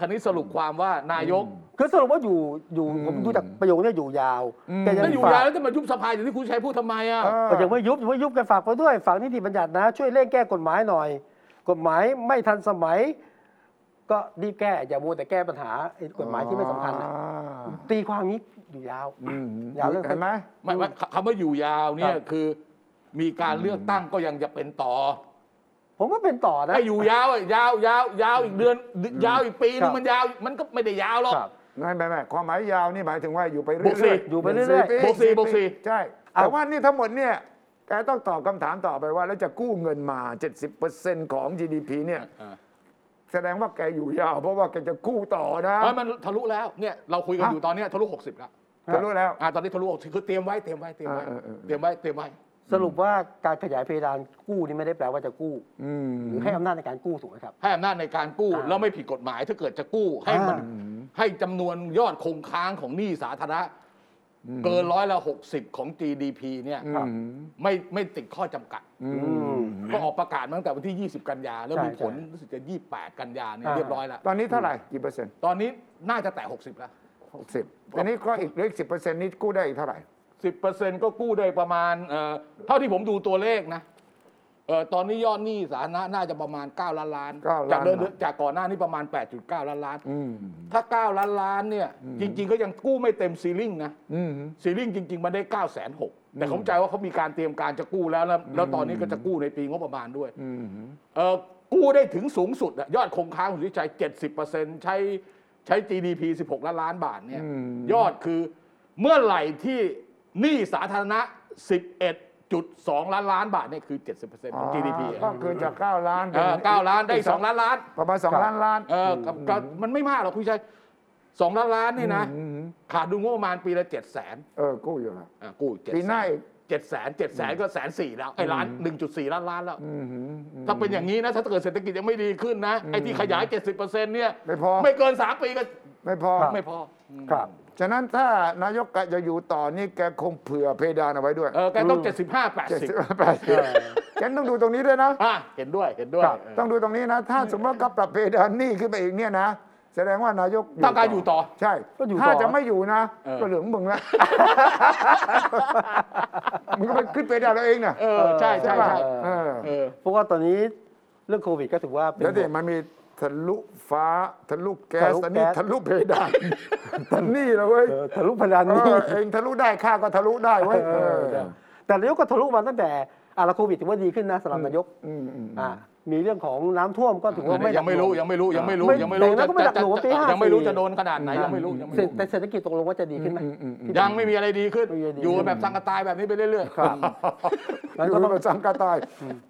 S2: คันนี้สรุปความว่านายก
S1: คือสรุปว่าอยู่อยู่ผมดูจากประโยคเนี้อยู่ยาวแกยั
S2: แล้ว
S1: ง
S2: อ
S1: ฝาย
S2: ยู่าว
S1: ก
S2: แล้วจะมายุบสภาอย่างที่คุณชัยพูดทำไมอ่ะ
S3: เออ
S1: ยังไม่ยุบยังไม่ยุบแกฝากไปด้วยฝากนิติบัญญัตินะ ช่วยเร่งแก้กฎหมายหน่อย กฎหมายไม่ทันสมัย ก ก็รีบแก้อย่ามัวแต่แก้ปัญหาไอ้กฎหมายที่ไม่สำคัญนะ
S3: อ่า
S1: ตีความนี้อยู่ยาว
S3: อืม
S1: อย่าเลิก
S3: เห็นไหม
S2: ไม่ว่าคำว่าอยู่ยาว
S1: ค
S2: เนี่ย
S1: รับ
S2: คือมีการเลือกตั้งก็ยังจะเป็นต่อ
S1: ผมว่าเป็นต่อนะ
S2: ถ้าอยู่ยาวอะยาวยาวยาวอีกเดือนยาวอีกปี
S1: ค
S2: นึ
S1: รั
S2: ง
S1: บ
S2: มันยาวมันก็ไม่ได้ยาวหรอก
S1: ครับ
S3: ไม่ไม่ไม่ความหมายยาวนี่หมายถึงว่าอยู่ไป
S2: บว
S3: เรื่
S2: ก
S3: อ
S2: สี่
S3: ย
S1: อยู่ไปเรื่อยๆ
S3: ปี
S2: บวกสี่บวกสี่
S3: ใช่
S1: เอา
S3: แต่ว่านี่ทั้งหมดเนี่ยแกต้องตอบคำถามต่อไปว่า แล้วจะกู้เงินมา 70%ของ GDP เนี่ย
S2: อ่า
S3: แสดงว่าแกอยู่ยาว เพราะว่าแกจะกู้ต่อนะ
S2: เพราะมันทะลุแล้วเนี่ยเราคุยกันอยู่ตอนเนี้ยทะลุ 60แล้ว
S3: จะรู้แล้ว
S2: อ่าตอนนี้ทะลุ60คือเตรียมไว้เตรียมไว้เตรียมไว้
S3: เออเออเออ
S2: เตรียมไว้เตรียมไว้
S1: สรุปว่าการขยายเพดานกู้นี่ไม่ได้แปลว่าจะกู้
S3: อืม
S1: หรือให้อำนาจในการกู้ถูกไหมครับ
S2: ให้อำนาจในการกู้
S1: อ่า
S2: แล้วไม่ผิดกฎหมายถ้าเกิดจะกู้ ให้มัน
S1: อ่
S2: ให้จำนวนยอดคงค้างของหนี้สาธารณะเกินร้อยละ 60 ของ GDP เนี่ย
S3: อืม
S2: ไม่ไม่ติดข้อจำกัด
S3: อื
S1: อื
S3: ม
S1: ม
S2: ก็ออกประกาศมาตั้งแต่วันที่ 20 กันยา แล้ว
S1: ใช่
S2: มีผล
S1: ใช่
S2: รู้สึกจะ 28 กันยาเนี่ย
S1: อ่า
S2: เรียบร้อยแล้ว
S3: ตอนนี้เท่าไหร่กี่เปอร์เซ็นต์
S2: ตอนนี้น่าจะแตะ 60 แล้ว
S3: หกสิบตอนนี้ก็อีกเหลืออีกสิบเปอร์เซ็นต์นี่กู้ได้อีกเท่าไหร่
S2: 10%ก็กู้ได้ประมาณเอ่อเท่าที่ผมดูตัวเลขนะเอ่อตอนนี้ยอดหนี้สาธารณะน่าจะประมาณ 9 ล้านล้าน
S3: เก้าล้าน
S2: จากเดิม
S3: บาท
S2: จากก่อนหน้านี้ประมาณ 8.9 ล้านล้าน
S3: อืม
S2: ถ้า 9 ล้านล้านเนี่ยจริง ๆ ก็ยังกู้ไม่เต็มซีลิ่งนะ
S3: อืม
S2: ซีลิ่งจริง ๆ มันได้9ก้าแสนหกแต่ผมใจว่าเขามีการเตรียมการจะกู้แล้วแล้วแล้วตอนนี้ก็จะกู้ในปีงบประมาณด้วย
S3: อืม
S2: เออกู้ได้ถึงสูงสุดอะยอดคงค้างของสุทธิชัย70%ใช้ใช้ GDP 16 ล้านล้านบาทเนี่ยยอดคือเมื่อไหร่ที่หนี้สาธารณะ 11.2 ล้านล้านบาทเนี่ยคือ 70%ของ GDP อะ
S3: ก็คือจากเก้าล้าน
S2: เออเก้าล้านได้ 2 ล้านล้าน
S3: ประมาณสองล้านล้าน
S2: เออกับกับมันไม่มากหรอกคุณชัยสองล้านล้านนี่นะ
S3: อืม
S2: ขาดดุลงบประมาณปีละเจ็ดแสน
S3: เออกู้อยู่นะ
S2: อ่ะกู้เจ็ด
S3: ปีหน้าอีก
S2: เจ็ดแสนเจ็ดแสนก็แสนสี่แล้วไอ้ล้านหนึ่งจุดสี่ล้านล้านแล้ว
S3: อืม
S2: ถ้าเป็นอย่างนี้นะ ถ้าเกิดเศรษฐกิจยังไม่ดีขึ้นนะ ไอ้ที่ขยายเจ็ดสิบเปอร์เซ็นต์เนี่ย
S3: ไม่พอ
S2: ไม่เกินสามปีก็
S3: ไม่พอ
S2: ไม่พออืม
S1: ครับ
S3: ฉะนั้นถ้านายกกะจะอยู่ต่อนี่แกคงเผื่อเพดานเอาไว้ด้วย
S2: เออแกต้องเจ็ดสิบห้าแปด
S3: เจ็ด
S2: สิบ
S3: สิบแปดสิบฉันต้องดูตรงนี้ด้วยนะ
S2: อ่ะเห็นด้วยเห็นด้วย
S3: ครับ
S2: เ
S3: ต้องดูตรงนี้นะ ถ้าสมมติว่าเขาปรับเพดานหนี่ขึ้นไปอีกเนี่ยนะ แสดงว่านายก
S2: ต้องการอยู่ต่อ
S3: ใช่
S1: ก็อยู่ต่อ
S3: ถ้าจะไม่อยู่นะ
S2: เออ
S3: ก็เหลืองมึงละ มึงก็ไปขึ้นเพดานเราเองนะ
S2: เออใช่ใช่
S3: ป่ะ
S2: ใช่
S3: เออ
S2: เออ
S1: เพราะว่าตอนนี้เรื่องโควิดก็ถือว่าเป็น
S3: แล้วเดี๋ยวมันมีทะลุฟ้าทะลุแก๊
S1: ทะ
S3: ส
S1: ลุ
S3: อันนี้
S1: แก๊ส
S3: ทะลุเพดาน [LAUGHS] ทะนี่เลยเว้ย
S1: เออทะลุพลัน
S3: เอ
S1: นี่
S3: อเองทะลุได้ข้าก็ทะลุได้เว้ย
S1: เอ
S3: เอ
S1: อ
S3: อ
S1: แต่นายกก็ทะลุมาตั้งแต่อะละโควิดถือว่าดีขึ้นนะสำหรับนายก
S3: อืมอืม
S1: อ่ะมีเรื่องของน้ำท่วมก็ถือว่าไม่หนั
S2: ยั
S1: ก
S2: ง
S1: ห
S2: ไม่
S1: น่ว
S2: รู้
S1: ง
S2: ยังไม่รู้ยังไม่รู้
S1: ไม่
S2: ยังไม่รู้
S1: แต่ยังไงก็ไม่หนักหน่วงว่าปี54
S2: ยังไม่รู้จะโดนขนาดไหนยังไม่รู้ยังไม่รู้
S1: แต่เศรษฐกิจตกลงว่าจะดีขึ้นไหม
S2: ยังไม่มีอะไรดีขึ้น
S1: ไม่มีอะไรดี
S2: อยู่แบบสังกะตายแบบนี้ไปเรื่อยๆ
S1: งั้น
S3: อยู่
S1: ก็
S3: ใน
S1: ต้อง
S3: ประสังกาตาย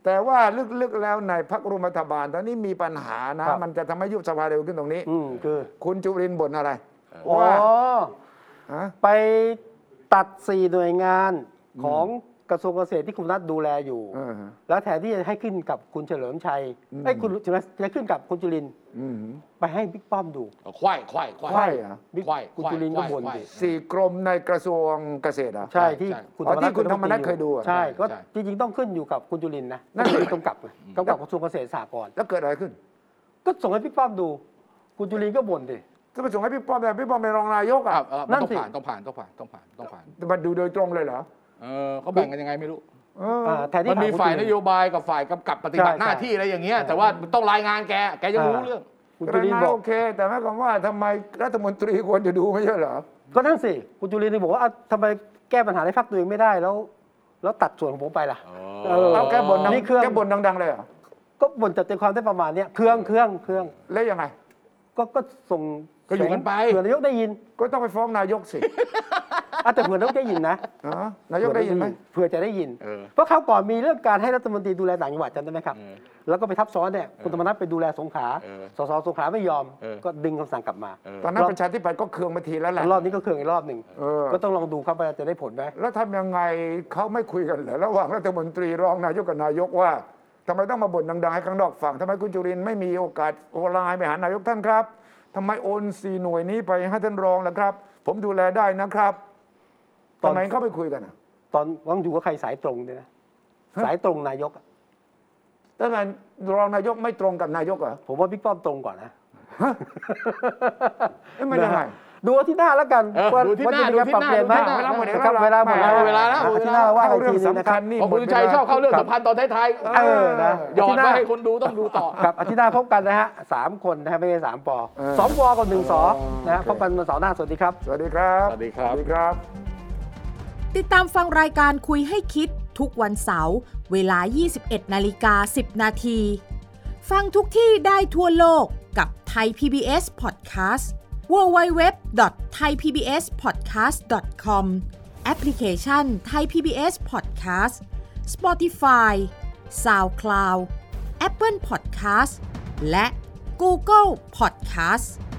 S3: แต่ว่าลึกๆแล้วในพรรคร่วมรัฐบาลตอนนี้มีปัญหานะ
S1: ครับ
S3: มันจะทำให้ยุบสภาเร็วขึ้นตรงนี้
S1: อืมคือ
S3: คุณจุรินทร์บ่นอะไร
S1: อ๋อ
S3: ว่าฮะ
S1: ไปตัดสี่หน่วยงานของกระทรวงเกษตรที่คุณนัทดูแลอยู่
S3: เออฮะ
S1: แล้วแทนที่จะให้ขึ้นกับคุณเฉลิมชัย
S3: อืม
S1: ไอ้ยคุณจะจะขึ้นกับคุณจุลินทร์
S3: อืม
S1: ไปให้บิ๊กป้อมดู
S2: เอาควายควายควาย
S3: ใช่เหรอ
S1: บิ๊ก
S2: ไขว้
S1: คุณ
S2: ไขว้
S1: จุลินทร์ก็
S2: ไขว้
S1: บ่น
S2: ไขว้
S1: ดิ
S3: สี่กรมในกระทรวงเกษตรเหรอ่ะ
S1: ใช่
S2: ใช่
S1: ที่
S2: ใช่
S1: คุณ
S3: อ๋อที่คุณธรรมนัส
S1: อ
S3: เคยดูอะ
S1: ใช่ก็
S2: ใช่
S1: จริงๆต้องขึ้นอยู่กับคุณจุลินทร์นะ
S3: นั่น
S1: คือ
S3: ไง
S1: กำกับไงกำกับกระทรวงเกษตรสหกรณ์
S3: แล้วเกิดอะไรขึ้น
S1: ก็ส่งให้บิ๊กป้อมดู คุณจุลินทร์ก็บ่นดิ
S3: จะไปส่งให้พี่ป้อมแต่พี่ป้อมเป็นรองนายก
S2: ค
S3: อ่ะ
S2: รับเออมันต้อง
S1: นั่นสิ
S2: ผ่านต้องผ่านต้องผ่านต้องผ่านต้องผ่าน
S3: มันดูโดยตรงเลยเหรอ
S2: เออเขาแบ่งกันยังไงไม่รู้
S3: เออ
S1: อ่าแทนที่
S2: มันมี
S1: ถ
S2: ฝ่าย
S1: คุณ
S2: น
S1: จุลิ
S2: โยบายกับฝ่ายกำกับปฏิบัติ
S1: ใช่
S2: หน้า
S1: ใช่
S2: ที่อะไรอย่างเงี้ย
S1: ใช่
S2: แต่ว่าต้องรายงานแก แกยังรู้เรื่อง
S1: คุณ
S3: ก็
S1: จุลินท
S3: นั้
S1: ร์
S3: น
S1: บอก
S3: โอเค แต่หมายความว่าทำไมรัฐมนตรีควรจะดูไม่ใช่เหรอ
S1: ก็นั่นสิคุณจุลินทร์บอกว่าอ่ะทำไมแก้ปัญหาในพรรคตัวเองไม่ได้แล้ว แล้วตัดส่วนของผมไปล่ะ เออ
S3: เอาแกบ่นดัง
S1: นี่เครื่อง
S3: แกบ่นดังๆเลยเหรอ
S1: ก็บ่นจัดใจความได้ประมาณเนี้ยเครื่องเครื่องเครื่อง
S3: แล้วยังไง
S1: ก็ก็ส่ง
S2: ก็อยู่กันไป
S1: เผื่อนายกได้ยิน
S3: ก็ต้องไปฟ้องนายกสิ
S1: อ่ะแต่เผื่อนายกได้ยินนะ
S3: ฮะนายกได้ยินไหม
S1: เผื่อจะได้ยิน
S2: เออ
S1: เพราะคราวก่อนมีเรื่องการให้รัฐมนตรีดูแลต่างจังหวัดจำได้ไหมครับ
S2: เออ
S1: แล้วก็ไปทับซ้อนเนี่ยคุณธรรมนัฐไปดูแลสงขลา
S2: เออ
S1: สสสงขลาไม่ยอม
S2: เออ
S1: ก็ดึงคำสั่งกลับมา
S2: เออ
S3: ตอนนั้น
S1: รอบ
S3: ประชาธิปัตย์ก็เคืองมาทีแล้วแหละ
S1: แล้วรอบนี้ก็เคืองอีกรอบหนึ่ง
S3: เออ
S1: ก็ต้องลองดูครับว่าจะได้ผลไหม
S3: แล้วทำยังไงเขาไม่คุยกันเหรอระหว่างรัฐมนตรีรองนายกกับนายกว่าทำไมต้องมาบ่นดังๆให้ข้างนอกฟังทำไมคุณจุรินทร์ไม่มีโอกาสโอไลน์ไปหานายกท่านครับทำไมโอนสีหน่วยนี้ไปให้ท่านรองล่ะครับ ผมดูแลได้นะครับ
S1: ตอน
S3: ทำไมเขาไม่คุยกันอะ
S1: ตอนวังอยู่กับใครสายตรงเนี่ยนะสายตรงนายกอะ
S3: แล้วทำไมรองนายกไม่ตรงกับนายกเหรอ
S1: ผมว่าบิ๊กป้อมตรงก่อนนะ
S3: เอ๊ะมันยังไง
S1: นะฮะ ดูอาที่หน้าแล้วกัน
S2: เออดูอาทิตย์หน้า
S1: จะมีกรปรับเปลี่ยนไหม
S2: ดูอาทิตย์หน้า
S1: นะครับเวลาหมดแล้ว
S2: เวลาแล้ว
S1: อาที่หน้าว่า
S3: เข้า
S1: กัน
S3: เรื่อ
S1: ที
S3: ง
S1: นึงนะ
S3: สำ
S1: ค
S3: คั
S1: รั
S3: ญ
S1: บ
S3: นี่
S2: เพราะคุณ
S3: หมด
S2: ชัย
S3: วล
S2: ชอบเข้าเรื่องสัมพันธ์ตอนท้าย
S1: เออนะ
S2: ๆหยอดไว้ให้คนดูต้องดูต่อ
S1: กับอาทิตย์หน้าพบกันนะฮะสามคนนะฮะไม่ใช่สามปอ
S3: เออ
S1: สองปอกับหนึ่งสอ
S3: อ๋อ
S1: นะฮะพ
S3: โอเค
S1: บกันวันเสาร์หน้าสวัสดีครับ
S3: สวัสดีครับ
S2: สวัสดีครับ
S3: สวัสดีครับ
S4: ติดตามฟังรายการคุยให้คิดทุกวันเสาร์เวลา 21นาฬิกา10 นาที ฟังทุกที่ได้ทั่วโลกกับ ไทย PBS Podcast www.thaipbspodcast.com แอปพลิเคชัน ไทย PBS Podcast Spotify SoundCloud Apple Podcast และ Google Podcast